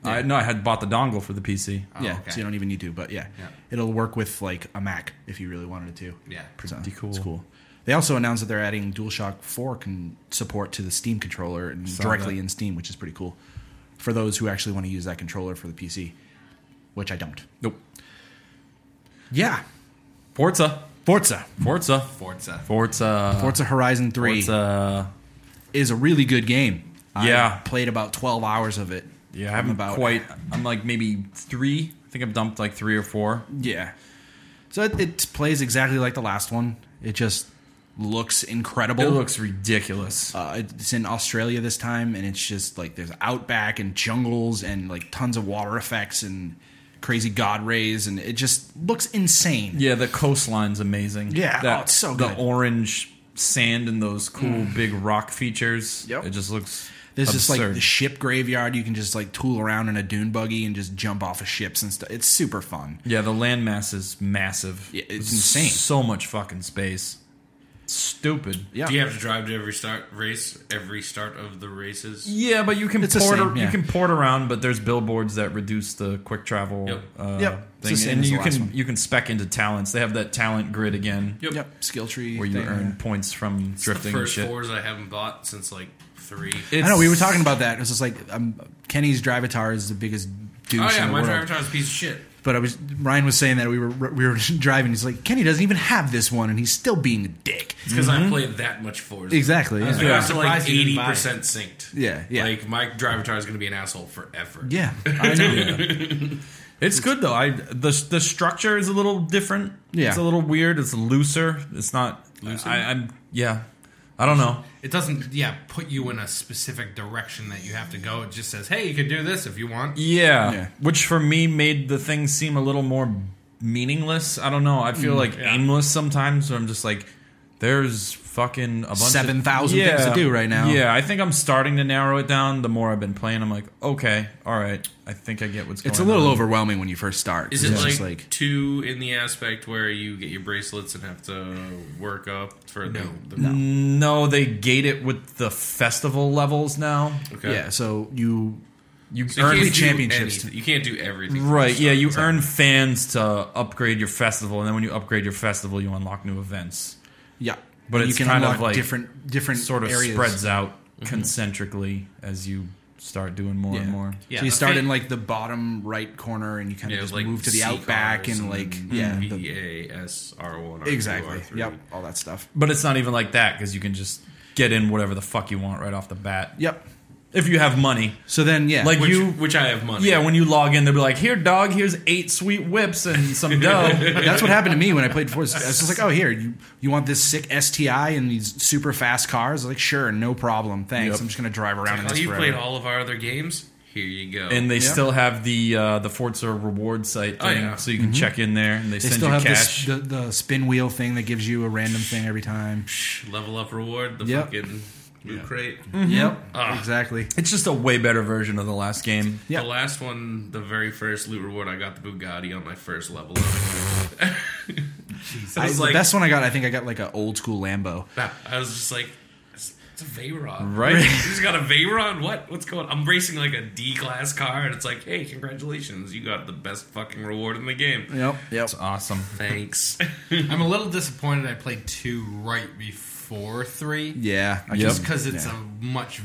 [SPEAKER 2] I no, I had bought the dongle for the PC.
[SPEAKER 4] Oh,
[SPEAKER 1] yeah,
[SPEAKER 4] okay.
[SPEAKER 1] so you don't even need to, but yeah.
[SPEAKER 4] Yeah.
[SPEAKER 1] it'll work with like a Mac if you really wanted it to.
[SPEAKER 4] Yeah.
[SPEAKER 1] So,
[SPEAKER 2] Pretty cool.
[SPEAKER 1] It's cool. They also announced that they're adding DualShock 4 con- support to the Steam controller and
[SPEAKER 2] Saw
[SPEAKER 1] directly
[SPEAKER 2] that.
[SPEAKER 1] in Steam, which is pretty cool for those who actually want to use that controller for the PC, which I don't.
[SPEAKER 2] Nope.
[SPEAKER 1] Yeah,
[SPEAKER 2] Forza.
[SPEAKER 1] Forza,
[SPEAKER 2] Forza.
[SPEAKER 4] Forza.
[SPEAKER 2] Forza.
[SPEAKER 1] Forza Horizon 3
[SPEAKER 2] Forza.
[SPEAKER 1] is a really good game.
[SPEAKER 2] Yeah.
[SPEAKER 1] I played about 12 hours of it.
[SPEAKER 2] Yeah, I
[SPEAKER 1] I'm
[SPEAKER 2] haven't
[SPEAKER 1] about
[SPEAKER 2] quite. I'm like maybe three. I think I've dumped like three or four.
[SPEAKER 1] Yeah. So it, it plays exactly like the last one. It just looks incredible.
[SPEAKER 2] It looks ridiculous.
[SPEAKER 1] Uh, it's in Australia this time, and it's just like there's outback and jungles and like tons of water effects and crazy god rays, and it just looks insane.
[SPEAKER 2] Yeah, the coastline's amazing.
[SPEAKER 1] Yeah, oh, it's so good. Mm.
[SPEAKER 2] The orange sand and those cool big rock features.
[SPEAKER 1] Yep.
[SPEAKER 2] It just looks.
[SPEAKER 1] There's just like
[SPEAKER 2] absurd.
[SPEAKER 1] the ship graveyard. You can just like tool around in a dune buggy and just jump off of ships and stuff. It's super fun.
[SPEAKER 2] yeah, the landmass is massive.
[SPEAKER 1] Yeah, it's
[SPEAKER 2] There's
[SPEAKER 1] insane.
[SPEAKER 2] So much fucking space. Stupid.
[SPEAKER 1] Yeah.
[SPEAKER 3] do you have to drive to every start race, every start of the races?
[SPEAKER 2] Yeah, but you can
[SPEAKER 1] It's the
[SPEAKER 2] port.
[SPEAKER 1] same, yeah.
[SPEAKER 2] You can port around, but there's billboards that reduce the quick travel.
[SPEAKER 3] Yep.
[SPEAKER 2] Uh,
[SPEAKER 1] Yep. It's the
[SPEAKER 2] Thing.
[SPEAKER 1] same
[SPEAKER 2] And
[SPEAKER 1] as the
[SPEAKER 2] you
[SPEAKER 1] last
[SPEAKER 2] can
[SPEAKER 1] one.
[SPEAKER 2] you can spec into talents. They have that talent grid again,
[SPEAKER 3] Yep.
[SPEAKER 1] Yep. Skill tree.
[SPEAKER 2] where you
[SPEAKER 1] thing,
[SPEAKER 2] earn points from
[SPEAKER 3] It's
[SPEAKER 2] drifting
[SPEAKER 3] the
[SPEAKER 2] and
[SPEAKER 3] first
[SPEAKER 2] shit.
[SPEAKER 3] fours I haven't bought since like three.
[SPEAKER 1] yeah. I know we were talking about that. It was just like um, Kenny's Drivatar is the biggest douche
[SPEAKER 3] oh yeah,
[SPEAKER 1] in the
[SPEAKER 3] my
[SPEAKER 1] world.
[SPEAKER 3] driver time is a piece of shit.
[SPEAKER 1] But I was Ryan was saying that we were we were driving. He's like Kenny doesn't even have this one, and he's still being a dick.
[SPEAKER 3] It's because I played that much fours.
[SPEAKER 1] Exactly.
[SPEAKER 3] I was
[SPEAKER 1] Yeah.
[SPEAKER 3] like,
[SPEAKER 2] Yeah.
[SPEAKER 3] I'm still, like
[SPEAKER 4] Surprised you
[SPEAKER 3] eighty
[SPEAKER 4] didn't buy it.
[SPEAKER 3] percent synced.
[SPEAKER 1] Yeah, yeah.
[SPEAKER 3] Like my driver time is going to be an asshole forever.
[SPEAKER 1] Yeah.
[SPEAKER 2] I know. It's good though. I the the structure is a little different.
[SPEAKER 1] Yeah.
[SPEAKER 2] it's a little weird. It's looser. It's not. Looser. I, I'm yeah. I don't know.
[SPEAKER 4] It doesn't, yeah, put you in a specific direction that you have to go. It just says, hey, you could do this if you want.
[SPEAKER 2] Yeah,
[SPEAKER 1] Yeah.
[SPEAKER 2] which for me made the thing seem a little more meaningless. I don't know. I
[SPEAKER 1] Mm.
[SPEAKER 2] feel like aimless sometimes. Where I'm just like, there's fucking a bunch of-
[SPEAKER 1] 7,000 things to do right now.
[SPEAKER 2] Yeah, I think I'm starting to narrow it down. The more I've been playing, I'm like, okay, all right, I think I get what's.
[SPEAKER 1] It's a
[SPEAKER 2] going
[SPEAKER 1] little
[SPEAKER 2] on.
[SPEAKER 1] overwhelming when you first start.
[SPEAKER 3] Is
[SPEAKER 1] 'cause
[SPEAKER 3] it
[SPEAKER 1] it's
[SPEAKER 3] like,
[SPEAKER 1] just like
[SPEAKER 3] two in the aspect where you get your bracelets and have to work up for
[SPEAKER 4] No.
[SPEAKER 3] the, the
[SPEAKER 2] No, they gate it with the festival levels now.
[SPEAKER 3] Okay.
[SPEAKER 1] yeah? So you
[SPEAKER 2] You
[SPEAKER 3] So you
[SPEAKER 1] Early
[SPEAKER 2] earn
[SPEAKER 3] can't do
[SPEAKER 1] championships.
[SPEAKER 3] anything. You can't do everything.
[SPEAKER 2] Right, yeah, you earn fans to upgrade your festival, and then when you upgrade your festival, you unlock new events.
[SPEAKER 1] yeah,
[SPEAKER 2] But
[SPEAKER 1] you
[SPEAKER 2] it's kind of
[SPEAKER 1] unlock
[SPEAKER 2] like
[SPEAKER 1] different different
[SPEAKER 2] sort of
[SPEAKER 1] areas.
[SPEAKER 2] spreads out concentrically as you start doing more
[SPEAKER 1] Yeah.
[SPEAKER 2] and more.
[SPEAKER 4] Yeah,
[SPEAKER 1] so you
[SPEAKER 4] the
[SPEAKER 1] start
[SPEAKER 4] fa-
[SPEAKER 1] in like the bottom right corner, and you kind of
[SPEAKER 3] Yeah,
[SPEAKER 1] just
[SPEAKER 3] like
[SPEAKER 1] move to the
[SPEAKER 3] C
[SPEAKER 1] outback
[SPEAKER 3] cars
[SPEAKER 1] and like yeah, the-
[SPEAKER 3] V A S R one.
[SPEAKER 1] exactly. Yep, all that stuff.
[SPEAKER 2] But it's not even like that because you can just get in whatever the fuck you want right off the bat
[SPEAKER 1] Yep.
[SPEAKER 2] if you have money.
[SPEAKER 1] So then yeah,
[SPEAKER 2] Like
[SPEAKER 3] Which,
[SPEAKER 2] you,
[SPEAKER 3] which I have money.
[SPEAKER 2] yeah, when you log in, they'll be like, "Here, dog, here's eight sweet whips and some dough."
[SPEAKER 1] That's what happened to me when I played Forza. I was just like, "Oh, here, you, you want this sick STI and these super fast cars?" I was like, "Sure, no problem, thanks.
[SPEAKER 2] Yep.
[SPEAKER 1] I'm just gonna drive around in
[SPEAKER 3] oh,
[SPEAKER 1] this
[SPEAKER 3] you
[SPEAKER 1] forever."
[SPEAKER 3] played all of our other games. Here you go.
[SPEAKER 2] and they
[SPEAKER 1] Yeah.
[SPEAKER 2] still have the uh, the Forza reward site,
[SPEAKER 3] Oh,
[SPEAKER 2] thing,
[SPEAKER 3] yeah.
[SPEAKER 2] so you can check in there and
[SPEAKER 1] Mm-hmm.
[SPEAKER 2] they,
[SPEAKER 1] they
[SPEAKER 2] send
[SPEAKER 1] still
[SPEAKER 2] you
[SPEAKER 1] have
[SPEAKER 2] cash.
[SPEAKER 1] this, the the spin wheel thing that gives you a random thing every time.
[SPEAKER 3] level up reward. The
[SPEAKER 1] Yep.
[SPEAKER 3] fucking loot crate.
[SPEAKER 1] Yep,
[SPEAKER 3] Ah.
[SPEAKER 1] exactly.
[SPEAKER 2] it's just a way better version of the last game.
[SPEAKER 1] Yep.
[SPEAKER 3] The last one, the very first loot reward, I got the Bugatti on my first level. I
[SPEAKER 1] I,
[SPEAKER 3] was
[SPEAKER 1] the
[SPEAKER 3] like,
[SPEAKER 1] best one I got, I think I got like an old school Lambo.
[SPEAKER 3] I was just like, it's, it's a Veyron,
[SPEAKER 2] Right.
[SPEAKER 3] He's got a Veyron. What? What's going? on? I'm racing like a D class car, and it's like, hey, congratulations, you got the best fucking reward in the game.
[SPEAKER 1] Yep, yep.
[SPEAKER 2] It's awesome.
[SPEAKER 3] Thanks.
[SPEAKER 4] I'm a little disappointed I played two right before three.
[SPEAKER 1] Yeah, I
[SPEAKER 2] Yep.
[SPEAKER 1] just
[SPEAKER 4] Just because it's
[SPEAKER 1] Yeah.
[SPEAKER 4] a much,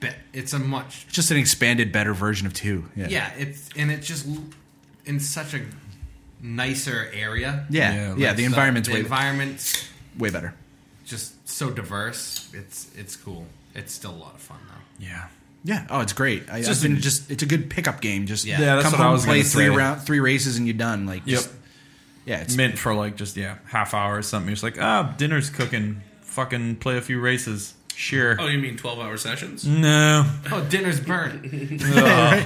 [SPEAKER 4] be- it's a much
[SPEAKER 1] it's just an expanded, better version of two. Yeah,
[SPEAKER 4] Yeah, it's and it's just l- in such a nicer area.
[SPEAKER 1] yeah,
[SPEAKER 2] Yeah,
[SPEAKER 1] yeah.
[SPEAKER 2] like
[SPEAKER 1] the
[SPEAKER 4] So
[SPEAKER 1] environment's
[SPEAKER 4] the
[SPEAKER 1] way
[SPEAKER 4] environment's
[SPEAKER 1] way better.
[SPEAKER 4] just so diverse. It's it's cool. It's still a lot of fun though.
[SPEAKER 2] Yeah.
[SPEAKER 1] Yeah. Oh, it's great. I,
[SPEAKER 2] just-
[SPEAKER 1] just, been just it's a good pickup game. Just
[SPEAKER 4] Yeah. Yeah,
[SPEAKER 2] that's
[SPEAKER 1] come
[SPEAKER 2] what I
[SPEAKER 1] home,
[SPEAKER 2] was
[SPEAKER 1] play
[SPEAKER 2] gonna
[SPEAKER 1] three
[SPEAKER 2] say.
[SPEAKER 1] round, three races, and you're done. Like,
[SPEAKER 2] Yep.
[SPEAKER 1] just, yeah, it's
[SPEAKER 2] meant for like just yeah half hour or something. You're just like ah, dinner's cooking. Fucking play a few races. Sure.
[SPEAKER 3] oh, you mean twelve hour sessions?
[SPEAKER 2] No.
[SPEAKER 4] Oh, dinner's burnt.
[SPEAKER 1] Right?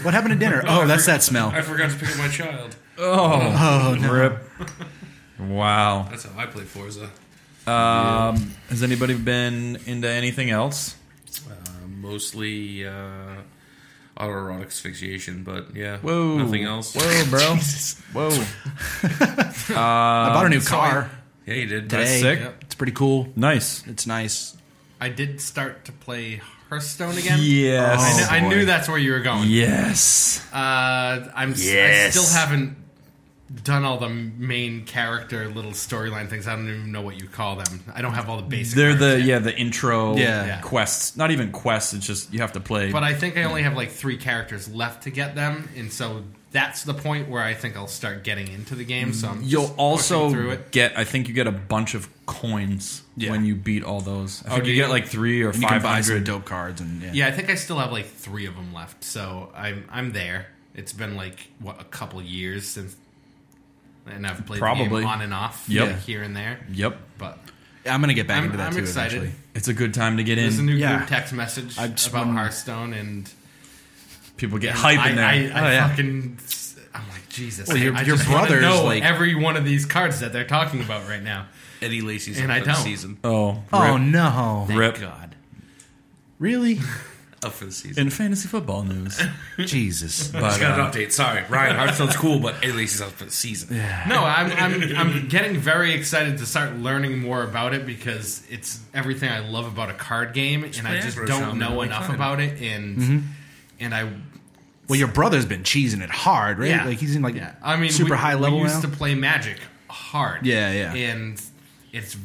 [SPEAKER 1] What happened to dinner? Oh, that's that smell.
[SPEAKER 3] I forgot to pick up my child.
[SPEAKER 2] Oh, rip. Wow.
[SPEAKER 3] That's how I play Forza.
[SPEAKER 2] Um, has anybody been into anything else?
[SPEAKER 3] Uh, mostly uh, autoerotic asphyxiation, but yeah,
[SPEAKER 2] Whoa.
[SPEAKER 3] nothing else.
[SPEAKER 2] Whoa, bro. Whoa.
[SPEAKER 1] I bought a new
[SPEAKER 4] so I-
[SPEAKER 1] car
[SPEAKER 3] Yeah, you did.
[SPEAKER 1] today.
[SPEAKER 2] sick.
[SPEAKER 4] Yep.
[SPEAKER 1] It's pretty cool.
[SPEAKER 2] Nice.
[SPEAKER 1] It's nice.
[SPEAKER 4] I did start to play Hearthstone again.
[SPEAKER 2] Yes.
[SPEAKER 4] I, kn-
[SPEAKER 1] Oh,
[SPEAKER 4] I
[SPEAKER 1] boy.
[SPEAKER 4] knew that's where you were going.
[SPEAKER 2] Yes.
[SPEAKER 4] Uh, I'm s-
[SPEAKER 2] Yes.
[SPEAKER 4] I still haven't done all the main character little storyline things. I don't even know what you call them. I don't have all the basic.
[SPEAKER 2] They're
[SPEAKER 4] cards
[SPEAKER 2] the
[SPEAKER 4] yet.
[SPEAKER 2] yeah the intro
[SPEAKER 1] Yeah.
[SPEAKER 4] Yeah.
[SPEAKER 2] quests. Not even quests. It's just you have to play.
[SPEAKER 4] But I think I only have like three characters left to get them, and so that's the point where I think I'll start getting into the game. So I'm just
[SPEAKER 2] You'll
[SPEAKER 4] pushing through
[SPEAKER 2] also
[SPEAKER 4] it.
[SPEAKER 2] get. I think you get a bunch of coins
[SPEAKER 1] Yeah.
[SPEAKER 2] when you beat all those.
[SPEAKER 4] Oh,
[SPEAKER 2] I think
[SPEAKER 3] do
[SPEAKER 2] you
[SPEAKER 3] you?
[SPEAKER 2] get like three or
[SPEAKER 1] And you can
[SPEAKER 2] five
[SPEAKER 1] buy some
[SPEAKER 2] hundred.
[SPEAKER 1] dope cards and yeah.
[SPEAKER 4] Yeah, I think I still have like three of them left, so I'm I'm there. It's been like what a couple years since, and I've played the game
[SPEAKER 2] Probably.
[SPEAKER 4] on and off,
[SPEAKER 2] Yep.
[SPEAKER 4] like, here and there.
[SPEAKER 2] Yep.
[SPEAKER 4] But
[SPEAKER 1] I'm gonna get back
[SPEAKER 4] I'm,
[SPEAKER 1] into that
[SPEAKER 4] I'm
[SPEAKER 1] too.
[SPEAKER 4] excited.
[SPEAKER 1] Eventually.
[SPEAKER 2] It's a good time to get
[SPEAKER 4] There's a
[SPEAKER 2] in.
[SPEAKER 4] new
[SPEAKER 1] Yeah.
[SPEAKER 4] group text message
[SPEAKER 1] I just
[SPEAKER 4] about
[SPEAKER 1] wanna-
[SPEAKER 4] Hearthstone, and
[SPEAKER 2] People get hype
[SPEAKER 4] I,
[SPEAKER 2] in there.
[SPEAKER 4] I,
[SPEAKER 2] oh,
[SPEAKER 4] I
[SPEAKER 2] yeah.
[SPEAKER 4] fucking. I'm like Jesus.
[SPEAKER 1] Well,
[SPEAKER 4] I-
[SPEAKER 1] your-
[SPEAKER 4] I
[SPEAKER 1] your
[SPEAKER 4] just wanna
[SPEAKER 1] brother's,
[SPEAKER 4] know
[SPEAKER 1] like-
[SPEAKER 4] every one of these cards that they're talking about right now.
[SPEAKER 3] Eddie Lacey's
[SPEAKER 4] And
[SPEAKER 3] up
[SPEAKER 4] I
[SPEAKER 3] for the
[SPEAKER 4] don't.
[SPEAKER 3] season.
[SPEAKER 2] oh,
[SPEAKER 1] Oh
[SPEAKER 2] rip.
[SPEAKER 1] no!
[SPEAKER 2] Rip.
[SPEAKER 4] God.
[SPEAKER 1] Really?
[SPEAKER 3] Up for the season.
[SPEAKER 2] In fantasy football news,
[SPEAKER 1] Jesus.
[SPEAKER 2] but,
[SPEAKER 3] Just got
[SPEAKER 2] uh,
[SPEAKER 3] an update. Sorry, Ryan Hartstone's cool, but Eddie Lacey's up for the season.
[SPEAKER 4] No, I'm, I'm I'm getting very excited to start learning more about it because it's everything I love about a card game, and I
[SPEAKER 3] play
[SPEAKER 4] just
[SPEAKER 3] Astro
[SPEAKER 4] don't
[SPEAKER 3] Shaman
[SPEAKER 4] know
[SPEAKER 3] every
[SPEAKER 4] enough
[SPEAKER 3] time.
[SPEAKER 4] about it, and
[SPEAKER 1] Mm-hmm.
[SPEAKER 4] and I
[SPEAKER 1] Well, your brother's been cheesing it hard, right?
[SPEAKER 4] yeah,
[SPEAKER 1] Like he's in like
[SPEAKER 4] yeah. I mean
[SPEAKER 1] super
[SPEAKER 4] we-
[SPEAKER 1] high level
[SPEAKER 4] We used
[SPEAKER 1] now.
[SPEAKER 4] to play Magic hard,
[SPEAKER 1] Yeah, yeah.
[SPEAKER 4] and it's,
[SPEAKER 2] It's-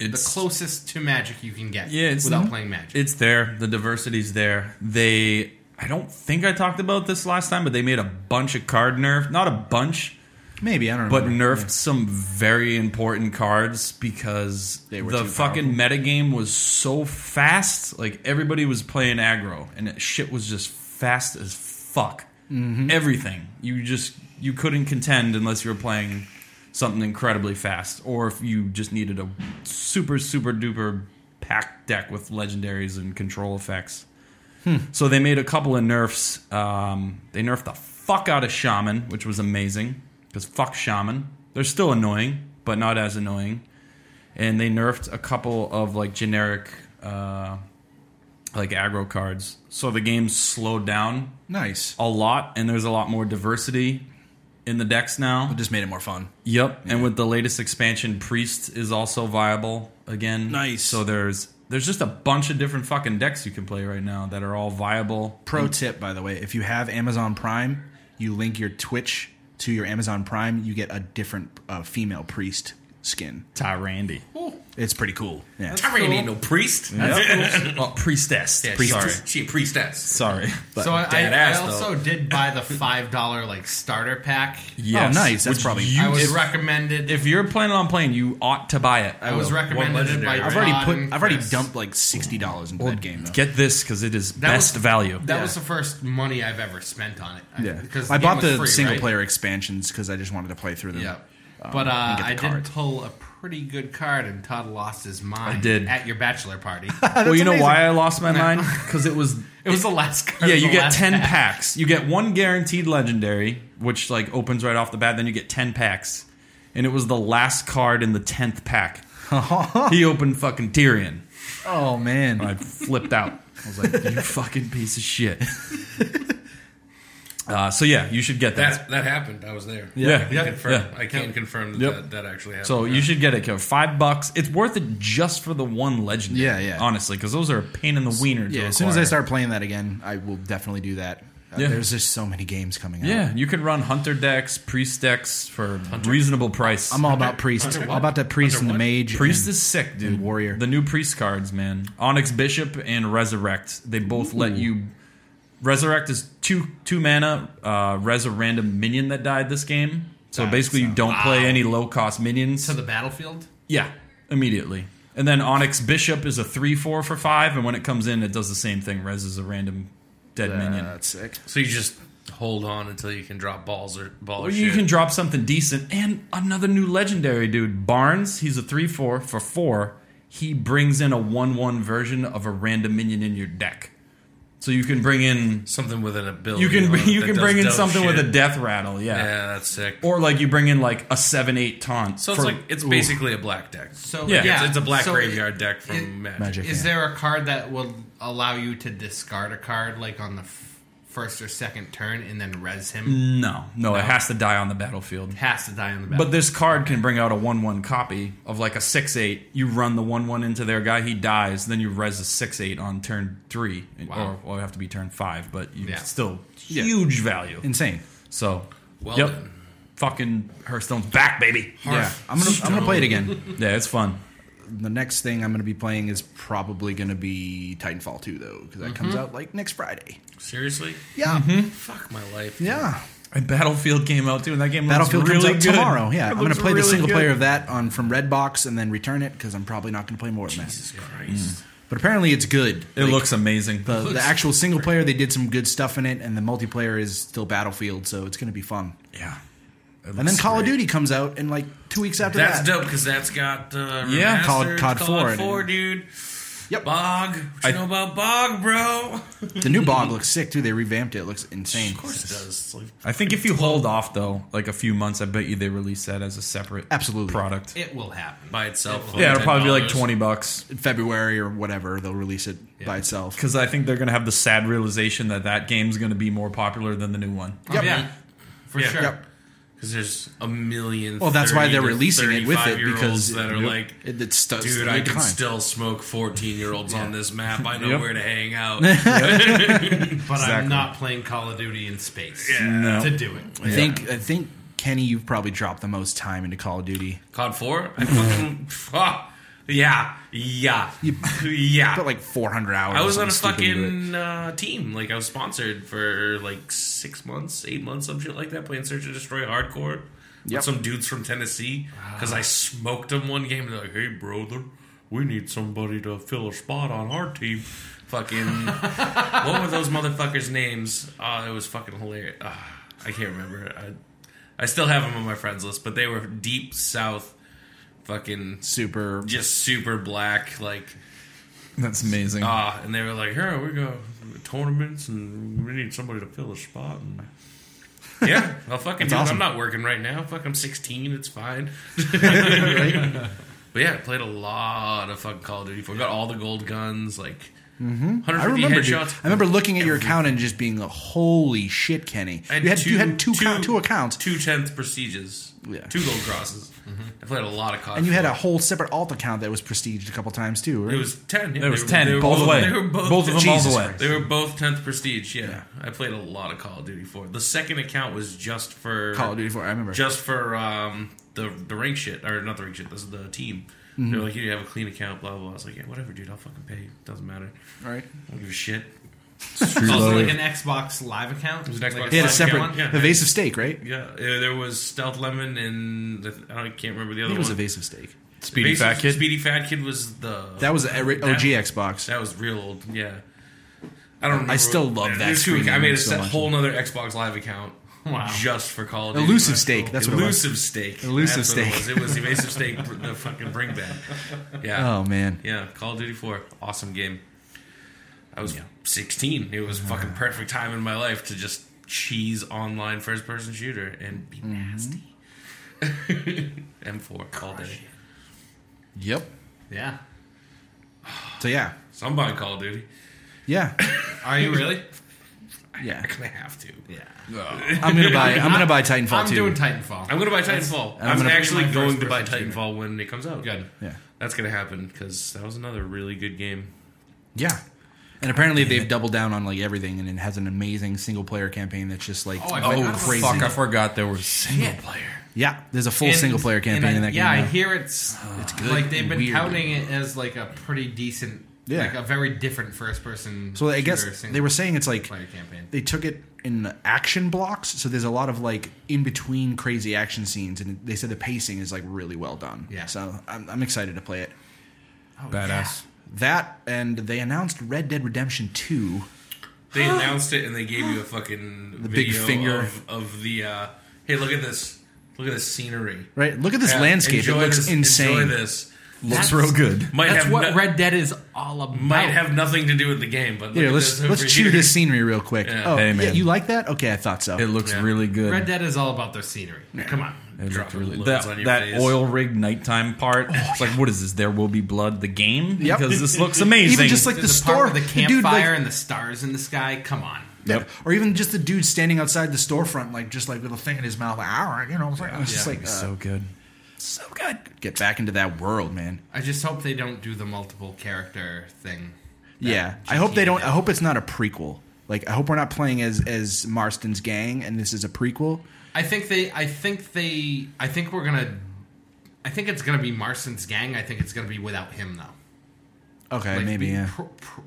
[SPEAKER 4] the closest to Magic you can get,
[SPEAKER 2] Yeah, it's-
[SPEAKER 4] without
[SPEAKER 2] Mhm.
[SPEAKER 4] playing Magic.
[SPEAKER 2] it's there. The diversity's there. They. I don't think I talked about this last time, but they made a bunch of card nerf. Not a bunch,
[SPEAKER 1] Maybe I don't know.
[SPEAKER 2] but nerfed some very important cards because
[SPEAKER 1] They were
[SPEAKER 2] the
[SPEAKER 1] too
[SPEAKER 2] fucking metagame was so fast. Like everybody was playing aggro, and that shit was just fast as fuck.
[SPEAKER 1] Mm-hmm.
[SPEAKER 2] Everything you just you couldn't contend unless you were playing something incredibly fast, or if you just needed a super super duper pack deck with legendaries and control effects.
[SPEAKER 1] Hmm.
[SPEAKER 2] So they made a couple of nerfs. Um, they nerfed the fuck out of Shaman, which was amazing because fuck Shaman. They're still annoying, but not as annoying. And they nerfed a couple of like generic, uh, like aggro cards. So the game slowed down
[SPEAKER 1] Nice.
[SPEAKER 2] a lot, and there's a lot more diversity in the decks now.
[SPEAKER 1] It just made it more fun.
[SPEAKER 2] Yep, and with the latest expansion, Priest is also viable again.
[SPEAKER 1] Nice.
[SPEAKER 2] So there's there's just a bunch of different fucking decks you can play right now that are all viable.
[SPEAKER 1] Pro tip, by the way, if you have Amazon Prime, you link your Twitch to your Amazon Prime, you get a different uh, female priest skin.
[SPEAKER 2] Tyrandy.
[SPEAKER 1] It's pretty cool. Yeah.
[SPEAKER 3] Tyrant ain't no priest.
[SPEAKER 2] well, Oh, priestess.
[SPEAKER 3] Yeah, she's-
[SPEAKER 2] Sorry.
[SPEAKER 3] She a priestess.
[SPEAKER 2] Sorry. But
[SPEAKER 4] so I, oh, I,
[SPEAKER 3] dead ass,
[SPEAKER 4] I also did buy the five dollar like starter pack.
[SPEAKER 2] yes,
[SPEAKER 1] Oh, nice. That's
[SPEAKER 2] which
[SPEAKER 1] probably-
[SPEAKER 2] you-
[SPEAKER 4] I was
[SPEAKER 2] if,
[SPEAKER 4] recommended.
[SPEAKER 2] if you're planning on playing, you ought to buy it.
[SPEAKER 4] I was recommended by.
[SPEAKER 3] legendary.
[SPEAKER 1] I've already
[SPEAKER 4] Todd
[SPEAKER 1] put
[SPEAKER 4] and
[SPEAKER 1] I've already
[SPEAKER 4] Chris.
[SPEAKER 1] dumped like sixty dollars into that game though.
[SPEAKER 2] Get this because it is
[SPEAKER 4] That
[SPEAKER 2] best
[SPEAKER 4] was-
[SPEAKER 2] value.
[SPEAKER 4] That
[SPEAKER 1] Yeah.
[SPEAKER 4] was the first money I've ever spent on it. I-
[SPEAKER 1] yeah.
[SPEAKER 4] because
[SPEAKER 1] I
[SPEAKER 4] game
[SPEAKER 1] bought
[SPEAKER 4] was
[SPEAKER 1] the
[SPEAKER 4] free,
[SPEAKER 1] single
[SPEAKER 4] right?
[SPEAKER 1] player expansions because I just wanted to play through them.
[SPEAKER 4] Yeah, but uh,
[SPEAKER 1] get the
[SPEAKER 4] I did
[SPEAKER 1] cards.
[SPEAKER 4] pull a pretty good card, and Todd lost his mind.
[SPEAKER 2] I did.
[SPEAKER 4] at your bachelor party.
[SPEAKER 2] well, you know why I lost my mind? Because it was
[SPEAKER 4] it was the last card.
[SPEAKER 2] Yeah,
[SPEAKER 4] of
[SPEAKER 2] you
[SPEAKER 4] the
[SPEAKER 2] get
[SPEAKER 4] last
[SPEAKER 2] ten
[SPEAKER 4] pack.
[SPEAKER 2] packs. You get one guaranteed legendary, which like opens right off the bat. Then you get ten packs, and it was the last card in the tenth pack. he opened fucking Tyrion.
[SPEAKER 1] Oh man.
[SPEAKER 2] I flipped out. I was like, "You fucking piece of shit." uh, so yeah, you should get that.
[SPEAKER 3] That that happened. I was there.
[SPEAKER 2] Yeah.
[SPEAKER 3] I can
[SPEAKER 2] Yeah.
[SPEAKER 3] confirm.
[SPEAKER 2] Yeah.
[SPEAKER 3] I can confirm that,
[SPEAKER 2] Yep.
[SPEAKER 3] that that actually happened.
[SPEAKER 2] so you should get it. Kev. Five bucks. It's worth it just for the one legendary.
[SPEAKER 1] Yeah, yeah.
[SPEAKER 2] Honestly, because those are a pain in the wiener. to
[SPEAKER 1] yeah, as soon as I
[SPEAKER 2] acquire.
[SPEAKER 1] start playing that again, I will definitely do that. Uh,
[SPEAKER 2] Yeah.
[SPEAKER 1] There's just so many games coming out.
[SPEAKER 2] Yeah, you can run hunter decks, priest decks for reasonable price.
[SPEAKER 1] I'm all about priest. All about that priest and the mage.
[SPEAKER 2] Priest
[SPEAKER 1] and-
[SPEAKER 2] is sick, dude.
[SPEAKER 1] and Warrior.
[SPEAKER 2] The new priest cards, man. Onyx Bishop and Resurrect. They both let you. Resurrect is two two mana. Uh, res a random minion that died this game. So
[SPEAKER 1] That
[SPEAKER 2] basically, you
[SPEAKER 1] sounds-
[SPEAKER 2] don't play any low cost minions.
[SPEAKER 4] to the battlefield.
[SPEAKER 2] yeah, immediately. And then Onyx Bishop is a three four for five, and when it comes in, it does the same thing. Res is a random dead minion.
[SPEAKER 1] That's sick.
[SPEAKER 3] So you just hold on until you can drop balls or ball
[SPEAKER 2] Or
[SPEAKER 3] or
[SPEAKER 2] you
[SPEAKER 3] Oh, shit.
[SPEAKER 2] can drop something decent. And another new legendary dude, Barnes. He's a 3 4 for 4. He brings in a 1 1 version of a random minion in your deck. So you can bring in.
[SPEAKER 3] something with an ability.
[SPEAKER 2] You can
[SPEAKER 3] on it
[SPEAKER 2] you
[SPEAKER 3] Oh, that
[SPEAKER 2] can
[SPEAKER 3] does
[SPEAKER 2] bring in
[SPEAKER 3] dope
[SPEAKER 2] something with a
[SPEAKER 3] shit.
[SPEAKER 2] death rattle, yeah.
[SPEAKER 3] Yeah, that's sick.
[SPEAKER 2] Or like you bring in like a seven eight taunt.
[SPEAKER 3] so it's
[SPEAKER 2] for-
[SPEAKER 3] like it's
[SPEAKER 2] Ooh.
[SPEAKER 3] basically a black deck.
[SPEAKER 4] So
[SPEAKER 2] Yeah.
[SPEAKER 4] yeah,
[SPEAKER 2] Yeah,
[SPEAKER 3] it's, it's a black
[SPEAKER 4] so
[SPEAKER 3] graveyard
[SPEAKER 4] it-
[SPEAKER 3] deck from
[SPEAKER 4] it-
[SPEAKER 3] Magic.
[SPEAKER 1] Magic.
[SPEAKER 4] Is
[SPEAKER 1] yeah.
[SPEAKER 4] there a card that will allow you to discard a card like on the f- first or second turn and then res him?
[SPEAKER 2] no, no, it has to die on the battlefield.
[SPEAKER 4] Has to die on the
[SPEAKER 2] Mm. But
[SPEAKER 4] battlefield.
[SPEAKER 2] this card can bring out a one one copy of like a six eight. You run the one one into their guy, he dies. Then you res a six eight on turn three, and-
[SPEAKER 4] Wow.
[SPEAKER 2] or well, it would have to be turn five, but you
[SPEAKER 4] Yeah.
[SPEAKER 2] still huge value.
[SPEAKER 1] Insane.
[SPEAKER 2] So,
[SPEAKER 3] Well
[SPEAKER 2] yep,
[SPEAKER 3] then.
[SPEAKER 2] fucking Hearthstone's back, baby.
[SPEAKER 1] Yeah, I'm gonna I'm gonna play it again.
[SPEAKER 2] Yeah, it's fun.
[SPEAKER 1] The next thing I'm gonna be playing is probably gonna be Titanfall 2 though, because that
[SPEAKER 2] Mm-hmm.
[SPEAKER 1] comes out like next Friday.
[SPEAKER 3] Seriously?
[SPEAKER 1] Yeah,
[SPEAKER 3] Fuck my life.
[SPEAKER 1] yeah.
[SPEAKER 2] And Battlefield came out too, and that game
[SPEAKER 1] Battlefield
[SPEAKER 2] looks really
[SPEAKER 1] comes out
[SPEAKER 2] good.
[SPEAKER 1] tomorrow.
[SPEAKER 2] It
[SPEAKER 1] Yeah, I'm gonna
[SPEAKER 2] looks
[SPEAKER 1] play the
[SPEAKER 2] really
[SPEAKER 1] single player
[SPEAKER 2] good.
[SPEAKER 1] of that on from Redbox and then return it because I'm probably not gonna play more than that.
[SPEAKER 3] Jesus
[SPEAKER 2] Mm.
[SPEAKER 3] Christ.
[SPEAKER 1] But apparently it's good.
[SPEAKER 2] It
[SPEAKER 1] Like,
[SPEAKER 2] looks amazing.
[SPEAKER 1] Uh, the, the actual single player they did some good stuff in it, and the multiplayer is still Battlefield, so it's gonna be fun.
[SPEAKER 2] yeah,
[SPEAKER 1] And then Call of Duty comes out in like two weeks after
[SPEAKER 3] That's
[SPEAKER 1] that.
[SPEAKER 3] dope because that's got uh,
[SPEAKER 2] Yeah.
[SPEAKER 3] remastered
[SPEAKER 1] Cod- Cod 4 in it.
[SPEAKER 3] 4, dude.
[SPEAKER 1] Yep.
[SPEAKER 3] Bog. What you
[SPEAKER 2] I-
[SPEAKER 3] know about Bog, bro?
[SPEAKER 1] The new Bog looks sick too. They revamped it. It looks insane.
[SPEAKER 3] Of course it does. It's like-
[SPEAKER 2] I think if you hold off though, like a few months, I bet you they release that as a separate
[SPEAKER 1] Absolutely.
[SPEAKER 2] product.
[SPEAKER 4] it will happen.
[SPEAKER 3] by itself.
[SPEAKER 2] yeah, it'll probably be like
[SPEAKER 3] $10.
[SPEAKER 2] twenty bucks.
[SPEAKER 1] In February or whatever, they'll release it by itself.
[SPEAKER 2] because I think they're going to have the sad realization that that game's going to be more popular than the new one.
[SPEAKER 1] Yep.
[SPEAKER 4] Yeah, for
[SPEAKER 3] Yeah.
[SPEAKER 4] sure.
[SPEAKER 1] Yep.
[SPEAKER 3] Because there's a million.
[SPEAKER 1] Well, that's why
[SPEAKER 3] 30
[SPEAKER 1] they're
[SPEAKER 3] to
[SPEAKER 1] releasing it with it
[SPEAKER 3] 35-year-olds
[SPEAKER 1] because
[SPEAKER 3] that are
[SPEAKER 1] Yep.
[SPEAKER 3] like,
[SPEAKER 1] it, it's stu-
[SPEAKER 3] dude,
[SPEAKER 1] stuck
[SPEAKER 3] I
[SPEAKER 1] in
[SPEAKER 3] can
[SPEAKER 1] time.
[SPEAKER 3] still smoke fourteen-year-olds on this map. I know
[SPEAKER 2] Yep.
[SPEAKER 3] where to hang out.
[SPEAKER 4] But
[SPEAKER 2] Exactly.
[SPEAKER 4] I'm not playing Call of Duty in space
[SPEAKER 2] No.
[SPEAKER 4] to do it.
[SPEAKER 1] I think I think Kenny, you've probably dropped the most time into Call of Duty.
[SPEAKER 3] Cod Four. I fucking. Ah, yeah, yeah, yeah.
[SPEAKER 1] Put like 400 hours.
[SPEAKER 3] I was
[SPEAKER 1] or
[SPEAKER 3] on a
[SPEAKER 1] something stupid into it.
[SPEAKER 3] fucking uh, team. Like I was sponsored for like six months, eight months, some shit like that, playing Search and Destroy hardcore
[SPEAKER 1] Yep. Ah.
[SPEAKER 3] with some dudes from Tennessee because I smoked them one game. And they're like, "Hey, brother, we need somebody to fill a spot on our team." Fucking what were those motherfuckers' names? Oh, it was fucking hilarious. Ah, I can't remember. I I still have them on my friends list, but they were deep south, fucking
[SPEAKER 1] super.
[SPEAKER 3] just super black, like
[SPEAKER 2] That's amazing.
[SPEAKER 3] Uh, and they were like, "Here we go, tournaments, and we need somebody to fill a spot." And yeah, I'll fucking do it.
[SPEAKER 1] awesome.
[SPEAKER 3] I'm not working right now. Fuck, I'm 16. It's fine. But yeah, I played a lot of fucking Call of Duty. 4. Got all the gold guns, like 150
[SPEAKER 1] Mm-hmm. I remember. dude.
[SPEAKER 3] headshots.
[SPEAKER 1] I remember looking at your account and just being like, "Holy shit, Kenny!
[SPEAKER 3] I
[SPEAKER 1] you had you had two count- two accounts,
[SPEAKER 3] two tenth prestiges,
[SPEAKER 1] Yeah. Mm-hmm.
[SPEAKER 3] two gold crosses. I played a lot of COD,
[SPEAKER 1] and you had a whole separate alt account that was prestiged a couple times too." Right?
[SPEAKER 3] It was ten. yeah,
[SPEAKER 2] There was
[SPEAKER 3] they were-
[SPEAKER 2] 10,
[SPEAKER 3] they were
[SPEAKER 2] both way.
[SPEAKER 3] They were both,
[SPEAKER 2] Both of them all the
[SPEAKER 3] Jesus
[SPEAKER 2] way.
[SPEAKER 3] Christ. They were both tenth prestige. Yeah. I played a lot of Call of Duty Four. The second account was just for
[SPEAKER 1] Call of Duty Four. I remember.
[SPEAKER 3] just for um, the the rank shit or not the rank shit. This is the team.
[SPEAKER 2] Mm-hmm.
[SPEAKER 3] They're like, you have a clean account, blah blah. blah. I was like, yeah, whatever, dude. I'll fucking pay. you. Doesn't matter.
[SPEAKER 1] All right.
[SPEAKER 3] I don't give a shit.
[SPEAKER 4] Also, like an Xbox Live account.
[SPEAKER 3] was an
[SPEAKER 4] Like
[SPEAKER 3] Xbox
[SPEAKER 4] a
[SPEAKER 1] They had a
[SPEAKER 3] Live
[SPEAKER 4] Live
[SPEAKER 1] separate
[SPEAKER 4] account?
[SPEAKER 3] account? Yeah.
[SPEAKER 1] evasive steak, right?
[SPEAKER 3] Yeah, uh, there was Stealth Lemon and the, I, don't, can't remember the
[SPEAKER 1] I
[SPEAKER 3] other
[SPEAKER 1] think it was
[SPEAKER 3] one.
[SPEAKER 1] evasive steak.
[SPEAKER 2] Speedy
[SPEAKER 3] Basic-
[SPEAKER 2] Fat Kid.
[SPEAKER 3] Speedy Fat Kid was the
[SPEAKER 1] That was a OG Xbox.
[SPEAKER 3] That was real old. Yeah. I don't. Remember.
[SPEAKER 1] I still love that
[SPEAKER 3] There's two-
[SPEAKER 1] screen
[SPEAKER 3] I made
[SPEAKER 1] name
[SPEAKER 3] a
[SPEAKER 1] so
[SPEAKER 3] set-
[SPEAKER 1] much.
[SPEAKER 3] whole other Xbox Live account
[SPEAKER 4] Wow.
[SPEAKER 3] just for Call of Duty.
[SPEAKER 1] Elusive Steak, that's what it was.
[SPEAKER 3] elusive steak.
[SPEAKER 1] Elusive
[SPEAKER 3] That's what
[SPEAKER 1] Steak.
[SPEAKER 3] It was. It was evasive steak. br- The fucking bring back. Yeah.
[SPEAKER 1] Oh man.
[SPEAKER 3] Yeah. Call of Duty Four. Awesome game. I was 16. It was fucking perfect time in my life to just cheese online first person shooter and be
[SPEAKER 1] Mm-hmm.
[SPEAKER 3] nasty. M4 all day.
[SPEAKER 1] Yep.
[SPEAKER 4] Yeah.
[SPEAKER 1] So yeah,
[SPEAKER 3] Somebody Call of Duty.
[SPEAKER 1] yeah,
[SPEAKER 4] Are you really?
[SPEAKER 1] yeah.
[SPEAKER 3] I kind of have to.
[SPEAKER 4] Yeah.
[SPEAKER 1] I'm gonna buy. I'm gonna buy Titanfall
[SPEAKER 4] I'm
[SPEAKER 1] too.
[SPEAKER 4] doing Titanfall.
[SPEAKER 3] I'm gonna buy Titanfall.
[SPEAKER 1] I'm
[SPEAKER 3] I'm,
[SPEAKER 1] gonna-
[SPEAKER 3] actually
[SPEAKER 4] My
[SPEAKER 3] going
[SPEAKER 4] first
[SPEAKER 3] to buy
[SPEAKER 4] person
[SPEAKER 3] Titanfall when it comes out.
[SPEAKER 4] Good.
[SPEAKER 1] yeah,
[SPEAKER 3] That's gonna happen because that was another really good game.
[SPEAKER 1] yeah. And apparently they've doubled down on like everything, and it has an amazing single player campaign that's just like
[SPEAKER 4] Oh, I forgot
[SPEAKER 1] oh
[SPEAKER 4] about
[SPEAKER 1] crazy.
[SPEAKER 2] Fuck, I forgot there was single
[SPEAKER 4] Yeah.
[SPEAKER 2] player.
[SPEAKER 1] Yeah, there's a full
[SPEAKER 4] And-
[SPEAKER 1] single player campaign
[SPEAKER 4] and I-
[SPEAKER 1] in that
[SPEAKER 4] Yeah,
[SPEAKER 1] game.
[SPEAKER 4] I
[SPEAKER 1] now.
[SPEAKER 4] hear it's it's
[SPEAKER 1] good
[SPEAKER 4] Like they've been
[SPEAKER 1] and weird.
[SPEAKER 4] touting it as like a pretty decent,
[SPEAKER 1] Yeah.
[SPEAKER 4] like a very different first person.
[SPEAKER 1] So I guess they were saying it's like
[SPEAKER 4] player campaign.
[SPEAKER 1] they took it in action blocks, so there's a lot of like in between crazy action scenes, and they said the pacing is like really well done.
[SPEAKER 4] Yeah.
[SPEAKER 1] So I'm, I'm excited to play it.
[SPEAKER 3] Oh,
[SPEAKER 2] Badass.
[SPEAKER 1] That and they announced Red Dead Redemption Two.
[SPEAKER 3] They announced it and they gave you a fucking
[SPEAKER 1] The big
[SPEAKER 3] video
[SPEAKER 1] finger.
[SPEAKER 3] of, of the. Uh, hey, look at this! Look at this scenery.
[SPEAKER 1] Right? Look at this
[SPEAKER 3] Yeah,
[SPEAKER 1] landscape. It
[SPEAKER 3] enjoy
[SPEAKER 1] looks
[SPEAKER 3] this-
[SPEAKER 1] insane.
[SPEAKER 3] Enjoy this.
[SPEAKER 2] Looks real good.
[SPEAKER 3] Might
[SPEAKER 4] That's
[SPEAKER 3] have
[SPEAKER 4] what
[SPEAKER 3] no-
[SPEAKER 4] Red Dead is all about.
[SPEAKER 3] might have nothing to do with the game, but look
[SPEAKER 1] Here,
[SPEAKER 3] at
[SPEAKER 1] let's
[SPEAKER 3] this over
[SPEAKER 1] let's chew
[SPEAKER 3] here.
[SPEAKER 1] this scenery real quick.
[SPEAKER 3] Yeah.
[SPEAKER 1] Oh,
[SPEAKER 2] Hey,
[SPEAKER 1] yeah,
[SPEAKER 2] man.
[SPEAKER 1] you like that? Okay, I thought so.
[SPEAKER 2] It looks
[SPEAKER 3] Yeah.
[SPEAKER 2] really good.
[SPEAKER 4] Red Dead is all about their scenery.
[SPEAKER 3] Come on,
[SPEAKER 2] It looked
[SPEAKER 3] drop
[SPEAKER 2] really
[SPEAKER 3] loads
[SPEAKER 2] that,
[SPEAKER 3] on your
[SPEAKER 2] that
[SPEAKER 3] face.
[SPEAKER 2] oil rig nighttime part. it's like, what is this? There will be blood. The game
[SPEAKER 1] Oh, Yep.
[SPEAKER 2] because this looks amazing.
[SPEAKER 1] Even just like the,
[SPEAKER 4] There's a
[SPEAKER 1] store,
[SPEAKER 4] part with the
[SPEAKER 1] dude, like-
[SPEAKER 4] campfire and the stars in the sky. Come on,
[SPEAKER 2] Yep.
[SPEAKER 1] Or even just the dude standing outside the storefront, like just like with a thing in his mouth, like, all right, you know what I'm saying? It's just
[SPEAKER 4] Yeah.
[SPEAKER 1] like, uh,
[SPEAKER 2] so good.
[SPEAKER 1] so good. Get back into that world, man.
[SPEAKER 4] I just hope they don't do the multiple character thing.
[SPEAKER 1] yeah. I
[SPEAKER 4] GTA
[SPEAKER 1] hope they don't.
[SPEAKER 4] did.
[SPEAKER 1] I hope it's not a prequel. Like, I hope we're not playing as as Marston's gang, and this is a prequel.
[SPEAKER 4] I think they. I think they. I think we're gonna. I think it's gonna be Marston's gang. I think it's gonna be without him though.
[SPEAKER 1] Okay,
[SPEAKER 4] Like,
[SPEAKER 1] Uh, maybe.
[SPEAKER 4] be
[SPEAKER 1] Yeah.
[SPEAKER 4] pro- pro-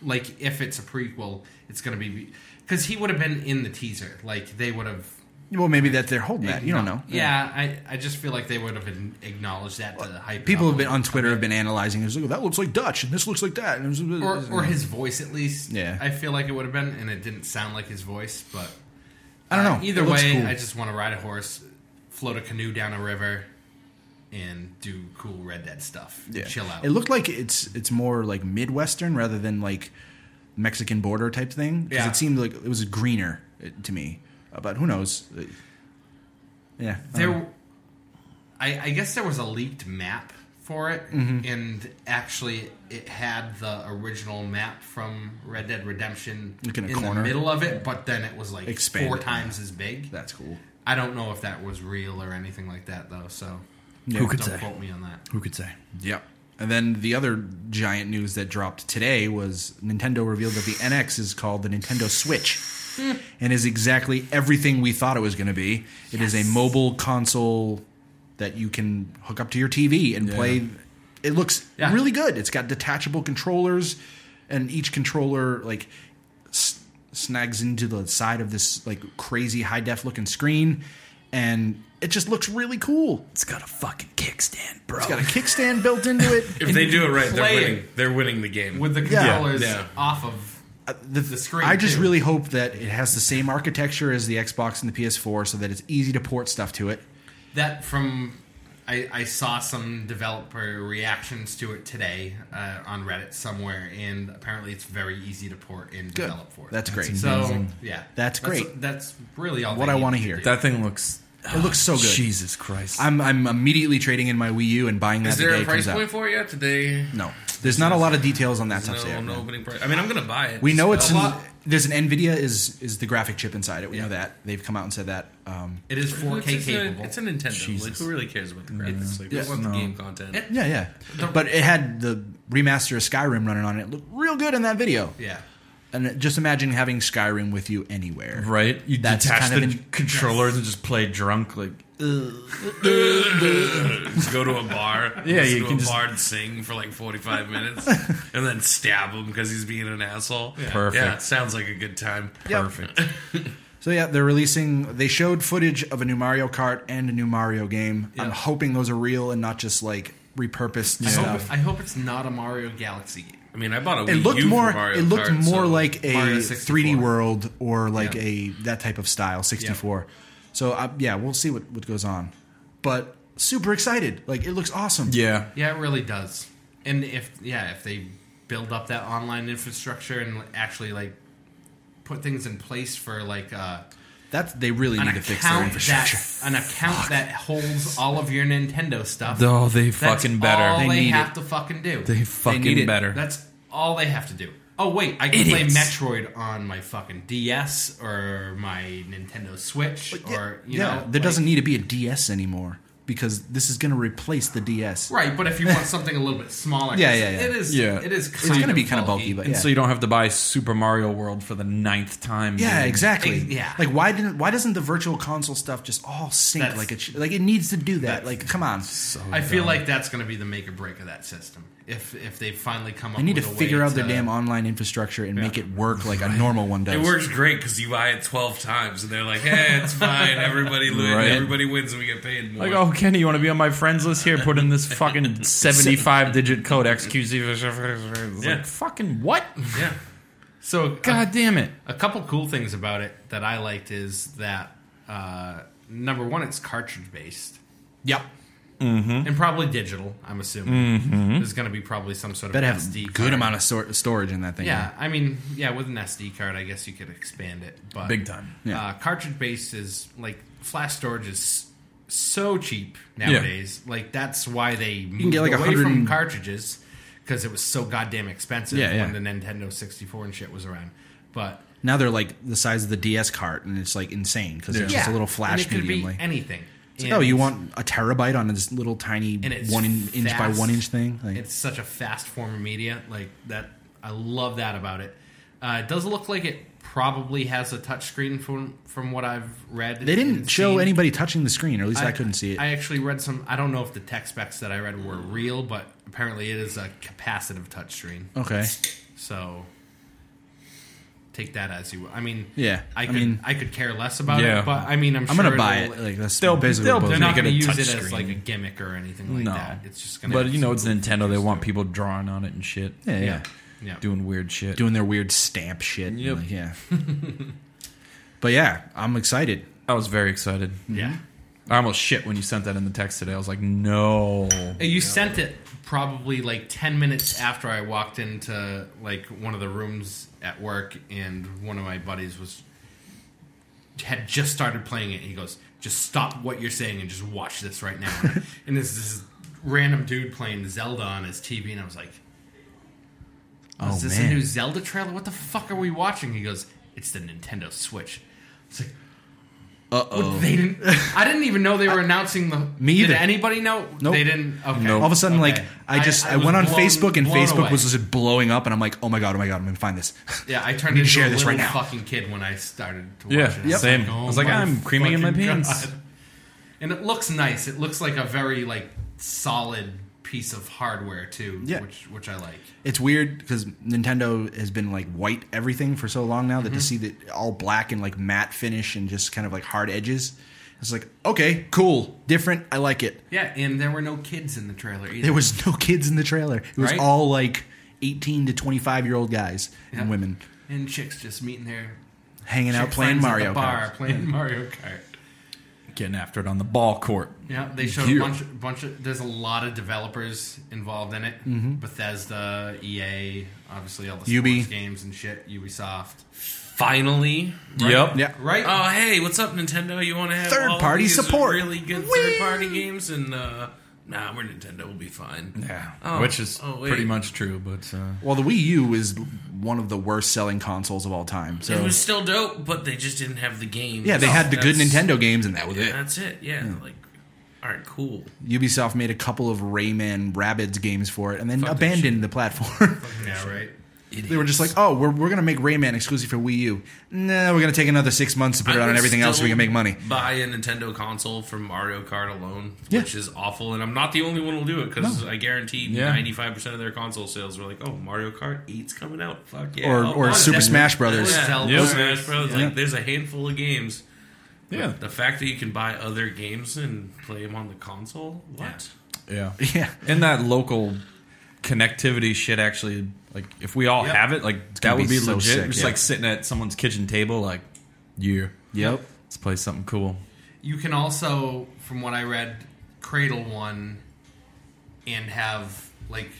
[SPEAKER 4] like if it's a prequel, it's gonna be because he would have been in the teaser. Like they would have.
[SPEAKER 1] Well, maybe that they're holding that. You don't know.
[SPEAKER 4] Yeah, I, I just feel like they would have acknowledged that to hype. it
[SPEAKER 1] People have
[SPEAKER 4] up a
[SPEAKER 1] been
[SPEAKER 4] little
[SPEAKER 1] on Twitter have been analyzing. It was like, that looks like Dutch, and this looks like that. And it was,
[SPEAKER 4] or, or his voice at least.
[SPEAKER 1] Yeah.
[SPEAKER 4] I feel like it would have been, and it didn't sound like his voice. But
[SPEAKER 1] I don't know.
[SPEAKER 4] Uh, either
[SPEAKER 1] It looks
[SPEAKER 4] way,
[SPEAKER 1] cool.
[SPEAKER 4] I just want to ride a horse, float a canoe down a river, and do cool Red Dead stuff.
[SPEAKER 1] Yeah.
[SPEAKER 4] chill out.
[SPEAKER 1] It looked like it's it's more like midwestern rather than like Mexican border type thing because
[SPEAKER 4] Yeah.
[SPEAKER 1] it seemed like it was greener uh, to me. Uh, But who knows? Uh, Yeah, I don't know.
[SPEAKER 4] there, I, I guess there was a leaked map for it,
[SPEAKER 1] Mm-hmm.
[SPEAKER 4] and actually, it had the original map from Red Dead Redemption
[SPEAKER 1] Like in a
[SPEAKER 4] the
[SPEAKER 1] corner?
[SPEAKER 4] middle of it, but then it was like four
[SPEAKER 1] Expanded,
[SPEAKER 4] times as big.
[SPEAKER 1] that's cool.
[SPEAKER 4] I don't know if that was real or anything like that, though. So
[SPEAKER 1] Who
[SPEAKER 2] could
[SPEAKER 4] don't
[SPEAKER 2] say?
[SPEAKER 4] quote me on that.
[SPEAKER 2] Who could say?
[SPEAKER 1] Yep. And then the other giant news that dropped today was Nintendo revealed that the NX is called the Nintendo Switch and is exactly everything we thought it was going to be. It is a mobile console that you can hook up to your TV and play. It looks
[SPEAKER 4] Yeah.
[SPEAKER 1] really good. It's got detachable controllers and each controller like s- snags into the side of this like crazy high def looking screen and it just looks really cool.
[SPEAKER 2] It's got a fucking kickstand, bro.
[SPEAKER 1] It's got a kickstand built into it.
[SPEAKER 3] If they do it right,
[SPEAKER 4] Play
[SPEAKER 3] they're
[SPEAKER 4] it.
[SPEAKER 3] winning. They're winning the game.
[SPEAKER 4] with the
[SPEAKER 1] Yeah.
[SPEAKER 4] controllers
[SPEAKER 3] Yeah.
[SPEAKER 4] off of
[SPEAKER 1] the,
[SPEAKER 4] screen,
[SPEAKER 1] I just
[SPEAKER 4] too.
[SPEAKER 1] really hope that it has the same architecture as the Xbox and the PS4, so that it's easy to port stuff to it.
[SPEAKER 4] that from. I, I saw some developer reactions to it today uh, on Reddit somewhere, and apparently it's very easy to port and
[SPEAKER 1] Good.
[SPEAKER 4] develop for.
[SPEAKER 1] That's great.
[SPEAKER 4] So
[SPEAKER 2] Amazing.
[SPEAKER 4] yeah,
[SPEAKER 1] That's great.
[SPEAKER 4] That's, really all
[SPEAKER 1] What
[SPEAKER 4] they
[SPEAKER 1] I
[SPEAKER 4] need
[SPEAKER 1] wanna
[SPEAKER 4] to
[SPEAKER 1] hear.
[SPEAKER 4] do.
[SPEAKER 2] That thing looks. oh,
[SPEAKER 1] It looks so good.
[SPEAKER 2] Jesus Christ.
[SPEAKER 1] I'm I'm immediately trading in my Wii U and buying that
[SPEAKER 3] Is
[SPEAKER 1] the
[SPEAKER 3] there
[SPEAKER 1] day
[SPEAKER 3] a
[SPEAKER 1] it
[SPEAKER 3] price
[SPEAKER 1] comes out.
[SPEAKER 3] point for it yet today?
[SPEAKER 1] No, there's not a lot of details on that stuff
[SPEAKER 3] No,
[SPEAKER 1] yet.
[SPEAKER 3] no opening price. I mean, I'm gonna buy it.
[SPEAKER 1] We know
[SPEAKER 3] so-
[SPEAKER 1] it's
[SPEAKER 4] A
[SPEAKER 1] an,
[SPEAKER 4] lot-
[SPEAKER 1] there's an Nvidia is is the graphic chip inside it. We know that they've come out and said that. Um,
[SPEAKER 4] it is 4K
[SPEAKER 3] It's, it's,
[SPEAKER 4] capable.
[SPEAKER 3] A, it's a Nintendo. Like,
[SPEAKER 2] Jesus.
[SPEAKER 3] who really cares about the graphics? Like,
[SPEAKER 1] Yeah.
[SPEAKER 3] we want the
[SPEAKER 2] No.
[SPEAKER 3] game content.
[SPEAKER 4] It-
[SPEAKER 1] yeah, yeah, but it had the remaster of Skyrim running on it. It looked real good in that video.
[SPEAKER 4] yeah.
[SPEAKER 1] And just imagine having Skyrim with you anywhere.
[SPEAKER 2] right? You
[SPEAKER 1] That's
[SPEAKER 2] detach
[SPEAKER 1] kind of
[SPEAKER 2] the
[SPEAKER 1] in-
[SPEAKER 2] controllers and just play drunk. Like,
[SPEAKER 3] Just go to a bar.
[SPEAKER 2] Yeah,
[SPEAKER 3] listen
[SPEAKER 2] you
[SPEAKER 3] to
[SPEAKER 2] can
[SPEAKER 3] a
[SPEAKER 2] just-
[SPEAKER 3] bar and sing for like 45 minutes, and then stab him because he's being an asshole.
[SPEAKER 2] Perfect.
[SPEAKER 3] Yeah, it sounds like a good time.
[SPEAKER 2] perfect.
[SPEAKER 1] So yeah, they're releasing. They showed footage of a new Mario Kart and a new Mario game. I'm hoping those are real and not just like repurposed
[SPEAKER 4] I
[SPEAKER 1] stuff.
[SPEAKER 4] hope, I hope it's not a Mario Galaxy game.
[SPEAKER 3] I mean, I bought a.
[SPEAKER 1] it
[SPEAKER 3] Wii
[SPEAKER 1] looked
[SPEAKER 3] U for
[SPEAKER 1] more.
[SPEAKER 3] Mario
[SPEAKER 1] It looked
[SPEAKER 3] Kart,
[SPEAKER 1] more
[SPEAKER 3] so-
[SPEAKER 1] like
[SPEAKER 4] Mario
[SPEAKER 1] a
[SPEAKER 4] 64.
[SPEAKER 1] 3D World or like
[SPEAKER 4] Yeah.
[SPEAKER 1] a that type of style 64. So uh, yeah, we'll see what what goes on. But super excited. Like it looks awesome.
[SPEAKER 2] yeah.
[SPEAKER 4] Yeah, it really does. And if yeah, if they build up that online infrastructure and actually like put things in place for like uh,
[SPEAKER 1] That's they really
[SPEAKER 4] an
[SPEAKER 1] need to fix their
[SPEAKER 4] account
[SPEAKER 1] infrastructure.
[SPEAKER 4] that an account that holds all of your Nintendo stuff.
[SPEAKER 2] Oh, they
[SPEAKER 4] That's
[SPEAKER 2] fucking
[SPEAKER 4] All
[SPEAKER 2] better.
[SPEAKER 4] they,
[SPEAKER 1] They need
[SPEAKER 4] have to fucking do.
[SPEAKER 2] They fucking
[SPEAKER 1] need it.
[SPEAKER 2] better.
[SPEAKER 4] That's all they have to do. Oh wait, I can
[SPEAKER 2] Idiots.
[SPEAKER 4] play Metroid on my fucking DS or my Nintendo Switch or you
[SPEAKER 1] yeah,
[SPEAKER 4] know
[SPEAKER 1] there
[SPEAKER 4] like-
[SPEAKER 1] doesn't need to be a DS anymore because this is going to replace the DS.
[SPEAKER 4] right. But if you want something a little bit smaller,
[SPEAKER 1] Yeah, yeah, yeah.
[SPEAKER 4] it is.
[SPEAKER 2] Yeah.
[SPEAKER 4] it is.
[SPEAKER 1] It's going to be kind of bulky, but
[SPEAKER 2] and
[SPEAKER 1] yeah.
[SPEAKER 2] so you don't have to buy Super Mario World for the ninth time.
[SPEAKER 1] Yeah,
[SPEAKER 2] dude.
[SPEAKER 1] exactly.
[SPEAKER 4] Ex- yeah.
[SPEAKER 1] Like why didn't why doesn't the virtual console stuff just all sync
[SPEAKER 4] That's-
[SPEAKER 1] like it sh- like it needs to do that? Like come on.
[SPEAKER 4] I feel like that's going to be the make or break of that system. If if they finally come up,
[SPEAKER 1] I need to
[SPEAKER 4] with a
[SPEAKER 1] figure
[SPEAKER 4] way
[SPEAKER 1] out their
[SPEAKER 4] to-
[SPEAKER 1] damn online infrastructure and make it work like a normal one does.
[SPEAKER 3] It works great because you buy it 12 times, and they're like, "Hey, it's fine. Everybody loses.
[SPEAKER 2] Right.
[SPEAKER 3] Everybody wins, and we get paid more."
[SPEAKER 2] Like, oh, Kenny, you want to be on my friends list here? Put in this fucking 75 digit code XQC. It's
[SPEAKER 3] Yeah.
[SPEAKER 2] Like, fucking what?
[SPEAKER 3] yeah.
[SPEAKER 4] So God.
[SPEAKER 2] God damn it.
[SPEAKER 4] A, couple cool things about it that I liked is that uh, number one, it's cartridge based
[SPEAKER 1] Yep. Hmm?
[SPEAKER 4] and probably digital. I'm assuming there's going to be probably some sort of
[SPEAKER 1] Better Mm-hmm. have
[SPEAKER 4] SD
[SPEAKER 1] good
[SPEAKER 4] card.
[SPEAKER 1] amount of stor- storage in that thing.
[SPEAKER 4] Yeah, I mean, yeah, with an SD card, I guess you could expand it, but
[SPEAKER 2] Big time.
[SPEAKER 1] Yeah.
[SPEAKER 4] Uh, cartridge based is like flash storage is so cheap nowadays. Like that's why they moved
[SPEAKER 1] get, like,
[SPEAKER 4] away
[SPEAKER 1] 100
[SPEAKER 4] from
[SPEAKER 1] and-
[SPEAKER 4] cartridges because it was so goddamn expensive
[SPEAKER 1] Yeah, yeah.
[SPEAKER 4] when the Nintendo 64 and shit was around. But
[SPEAKER 1] Now they're like the size of the DS cart, and it's like insane because it's just a little
[SPEAKER 4] and
[SPEAKER 1] flash
[SPEAKER 4] it could
[SPEAKER 1] medium.
[SPEAKER 4] be
[SPEAKER 1] Like,
[SPEAKER 4] anything. And
[SPEAKER 1] oh, you
[SPEAKER 4] it's-
[SPEAKER 1] want a terabyte on this little tiny
[SPEAKER 4] And it's
[SPEAKER 1] one in, inch by
[SPEAKER 4] fast.
[SPEAKER 1] one inch thing? Like,
[SPEAKER 4] It's such a fast form of media. Like that, I love that about it. Uh, it does look like it probably has a touchscreen from from what I've read.
[SPEAKER 1] they didn't
[SPEAKER 4] and
[SPEAKER 1] show
[SPEAKER 4] seen.
[SPEAKER 1] anybody touching the screen, or at least I, couldn't see it.
[SPEAKER 4] I actually read some. I don't know if the tech specs that I read were real, but apparently it is a capacitive touchscreen.
[SPEAKER 1] okay.
[SPEAKER 4] So take that as you. will. I mean,
[SPEAKER 1] Yeah,
[SPEAKER 4] I
[SPEAKER 1] I
[SPEAKER 4] could I,
[SPEAKER 1] mean-
[SPEAKER 4] could care less about
[SPEAKER 2] Yeah.
[SPEAKER 4] it, but I mean, I'm,
[SPEAKER 1] I'm
[SPEAKER 4] sure
[SPEAKER 1] gonna buy
[SPEAKER 4] it'll-
[SPEAKER 1] it. Like that's
[SPEAKER 2] They'll-
[SPEAKER 1] basically
[SPEAKER 2] they'll
[SPEAKER 1] what
[SPEAKER 4] They're
[SPEAKER 1] both-
[SPEAKER 2] Make
[SPEAKER 4] not
[SPEAKER 2] it
[SPEAKER 4] going to
[SPEAKER 2] a
[SPEAKER 4] use it
[SPEAKER 2] touch
[SPEAKER 4] as
[SPEAKER 2] screen.
[SPEAKER 4] like a gimmick or anything like that. It's just going to.
[SPEAKER 2] But you know, it's Nintendo. They want people drawing on it and shit.
[SPEAKER 1] yeah, yeah.
[SPEAKER 4] yeah, yeah.
[SPEAKER 2] Doing weird shit.
[SPEAKER 1] doing their weird stamp shit. and, like, yeah. but yeah, I'm excited.
[SPEAKER 2] I was very excited.
[SPEAKER 4] yeah.
[SPEAKER 2] I almost shit when you sent that in the text today. I was like, no.
[SPEAKER 4] You sent it probably like 10 minutes after I walked into like one of the rooms at work and one of my buddies was had just started playing it. He goes, "Just stop what you're saying and just watch this right now." and this this random dude playing Zelda on his TV and I was like,
[SPEAKER 1] Oh
[SPEAKER 4] "Is this
[SPEAKER 1] man,
[SPEAKER 4] a new Zelda trailer? What the fuck are we watching?" He goes, "It's the Nintendo Switch." It's like
[SPEAKER 1] uh oh.
[SPEAKER 4] they didn't. I didn't even know they were announcing the.
[SPEAKER 1] Me
[SPEAKER 4] did
[SPEAKER 1] either.
[SPEAKER 4] anybody know?
[SPEAKER 1] Nope.
[SPEAKER 4] They didn't. Okay.
[SPEAKER 1] All of a sudden,
[SPEAKER 4] Okay.
[SPEAKER 1] like I just I,
[SPEAKER 4] was
[SPEAKER 1] went on
[SPEAKER 4] blown-
[SPEAKER 1] Facebook and
[SPEAKER 4] blown
[SPEAKER 1] Facebook
[SPEAKER 4] away.
[SPEAKER 1] was just blowing up, and I'm like, oh my god, oh my god, I'm gonna find this.
[SPEAKER 4] Yeah, I
[SPEAKER 1] need
[SPEAKER 4] turned
[SPEAKER 1] to
[SPEAKER 4] into
[SPEAKER 1] share
[SPEAKER 4] a
[SPEAKER 1] this
[SPEAKER 4] little
[SPEAKER 1] right now.
[SPEAKER 4] fucking kid when I started to watch
[SPEAKER 2] Yeah, yep.
[SPEAKER 4] it. It's
[SPEAKER 2] same. I was like,
[SPEAKER 4] oh my
[SPEAKER 2] I'm creaming in my
[SPEAKER 4] fucking
[SPEAKER 2] pants.
[SPEAKER 4] God. And it looks nice. It looks like a very like solid piece of hardware too,
[SPEAKER 1] Yeah.
[SPEAKER 4] which which I like.
[SPEAKER 1] it's weird because Nintendo has been like white everything for so long now that to see that all black and like matte finish and just kind of like hard edges, it's like okay, cool, different. I like it.
[SPEAKER 4] Yeah, and there were no kids in the trailer either.
[SPEAKER 1] There was no kids in the trailer. It was
[SPEAKER 4] Right?
[SPEAKER 1] all like 18 to 25 year old guys
[SPEAKER 4] Yeah.
[SPEAKER 1] and women
[SPEAKER 4] and chicks just meeting their
[SPEAKER 1] hanging out
[SPEAKER 4] chick
[SPEAKER 1] playing
[SPEAKER 4] friends at
[SPEAKER 1] Mario
[SPEAKER 4] the bar,
[SPEAKER 1] Kart.
[SPEAKER 4] playing Mario Kart.
[SPEAKER 2] Getting after it on the ball court.
[SPEAKER 4] Yeah, they showed
[SPEAKER 1] Yeah.
[SPEAKER 4] a bunch, bunch of. There's a lot of developers involved in it.
[SPEAKER 2] Mm-hmm.
[SPEAKER 4] Bethesda, EA, obviously all the
[SPEAKER 1] UB.
[SPEAKER 4] sports games and shit. Ubisoft. Um,
[SPEAKER 3] Finally.
[SPEAKER 2] Yep.
[SPEAKER 1] Yeah.
[SPEAKER 4] Right.
[SPEAKER 3] Oh, hey, what's up, Nintendo? You want to have
[SPEAKER 1] Third
[SPEAKER 3] all
[SPEAKER 1] party
[SPEAKER 3] these
[SPEAKER 1] support.
[SPEAKER 3] Really good
[SPEAKER 1] Whee!
[SPEAKER 3] third party games, and uh, nah, we're Nintendo. We'll be fine.
[SPEAKER 2] Yeah.
[SPEAKER 3] Oh,
[SPEAKER 2] Which is
[SPEAKER 3] oh, wait.
[SPEAKER 2] pretty much true, but uh,
[SPEAKER 1] Well, the Wii U is one of the worst selling consoles of all time.
[SPEAKER 3] It
[SPEAKER 1] So
[SPEAKER 3] was still dope, but they just didn't have the game.
[SPEAKER 1] yeah, they had the good
[SPEAKER 3] That's-
[SPEAKER 1] Nintendo games, and that was it.
[SPEAKER 3] That's it. Yeah, like all right, cool.
[SPEAKER 1] Ubisoft made a couple of Rayman Rabbids games for it, and then
[SPEAKER 3] Fuck that
[SPEAKER 1] abandoned the platform.
[SPEAKER 4] yeah. Right.
[SPEAKER 1] they were just like, "Oh, we're, we're gonna make Rayman exclusive for Wii U. No, we're gonna take another six months to put it
[SPEAKER 3] I
[SPEAKER 1] on
[SPEAKER 3] would
[SPEAKER 1] and everything else. so
[SPEAKER 3] still
[SPEAKER 1] We can make money."
[SPEAKER 3] Buy a Nintendo console from Mario Kart alone,
[SPEAKER 1] Yeah.
[SPEAKER 3] which is awful, and I'm not the only one who'll do it because I guarantee
[SPEAKER 2] Yeah.
[SPEAKER 3] 95 percent of their console sales were like, "Oh, Mario Kart 8's coming out, fuck yeah!"
[SPEAKER 1] Or
[SPEAKER 3] I'll
[SPEAKER 1] or
[SPEAKER 3] buy
[SPEAKER 1] Super
[SPEAKER 3] that.
[SPEAKER 1] Smash Brothers.
[SPEAKER 3] yeah.
[SPEAKER 4] Zelda.
[SPEAKER 3] Super
[SPEAKER 2] Yep.
[SPEAKER 3] Smash Bros.
[SPEAKER 1] Yeah.
[SPEAKER 3] Like, there's a handful of games.
[SPEAKER 2] yeah.
[SPEAKER 3] The fact that you can buy other games and play them on the console, what?
[SPEAKER 2] Yeah.
[SPEAKER 1] Yeah.
[SPEAKER 2] And that local connectivity shit actually like if we all
[SPEAKER 4] Yep.
[SPEAKER 2] have it, like that
[SPEAKER 1] gonna
[SPEAKER 2] would
[SPEAKER 1] be
[SPEAKER 2] be,
[SPEAKER 1] so
[SPEAKER 2] legit.
[SPEAKER 1] sick,
[SPEAKER 2] just
[SPEAKER 1] yeah.
[SPEAKER 2] like sitting at someone's kitchen table like yeah.
[SPEAKER 1] Yep.
[SPEAKER 2] Let's play something cool.
[SPEAKER 4] You can also, from what I read, cradle one and have like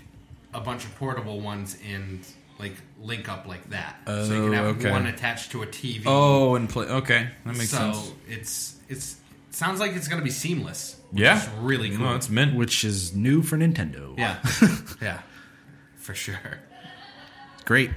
[SPEAKER 4] a bunch of portable ones and like link up like that. so you can
[SPEAKER 2] Oh,
[SPEAKER 4] have
[SPEAKER 2] okay.
[SPEAKER 4] one attached to a TV.
[SPEAKER 2] Oh, and play okay. That makes
[SPEAKER 4] so
[SPEAKER 2] sense.
[SPEAKER 4] it's it's sounds like it's gonna be seamless. Which
[SPEAKER 2] Yeah.
[SPEAKER 4] is really cool.
[SPEAKER 2] No, it's mint.
[SPEAKER 1] Which is new for Nintendo.
[SPEAKER 4] yeah, yeah, for sure.
[SPEAKER 1] Great.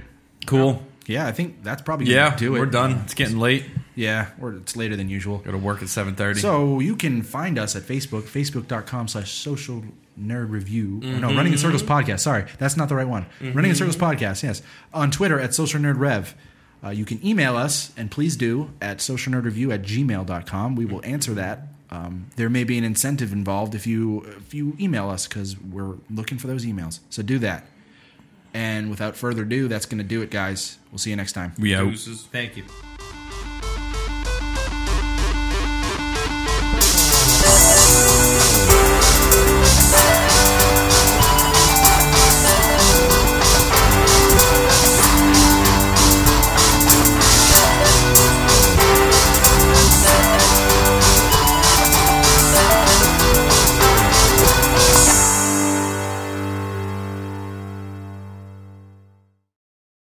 [SPEAKER 2] Cool.
[SPEAKER 1] Yeah, I think that's probably gonna
[SPEAKER 2] Yeah,
[SPEAKER 1] do it.
[SPEAKER 2] we're done. It's getting late.
[SPEAKER 1] Yeah, or it's later than usual.
[SPEAKER 2] Go to work at seven thirty.
[SPEAKER 1] So you can find us at Facebook, facebook.com slash social nerd review. or No, Running in Circles podcast. Sorry, that's not the right one. Running in Circles podcast, yes. On Twitter at social nerd rev. Uh, you can email us, and please do, at social nerd review at gmail.com. We will answer that. Um, there may be an incentive involved if you if you email us because we're looking for those emails. So do that. And without further ado, that's going to do it, guys. We'll see you next time.
[SPEAKER 2] we out.
[SPEAKER 3] Deuces.
[SPEAKER 4] Thank you.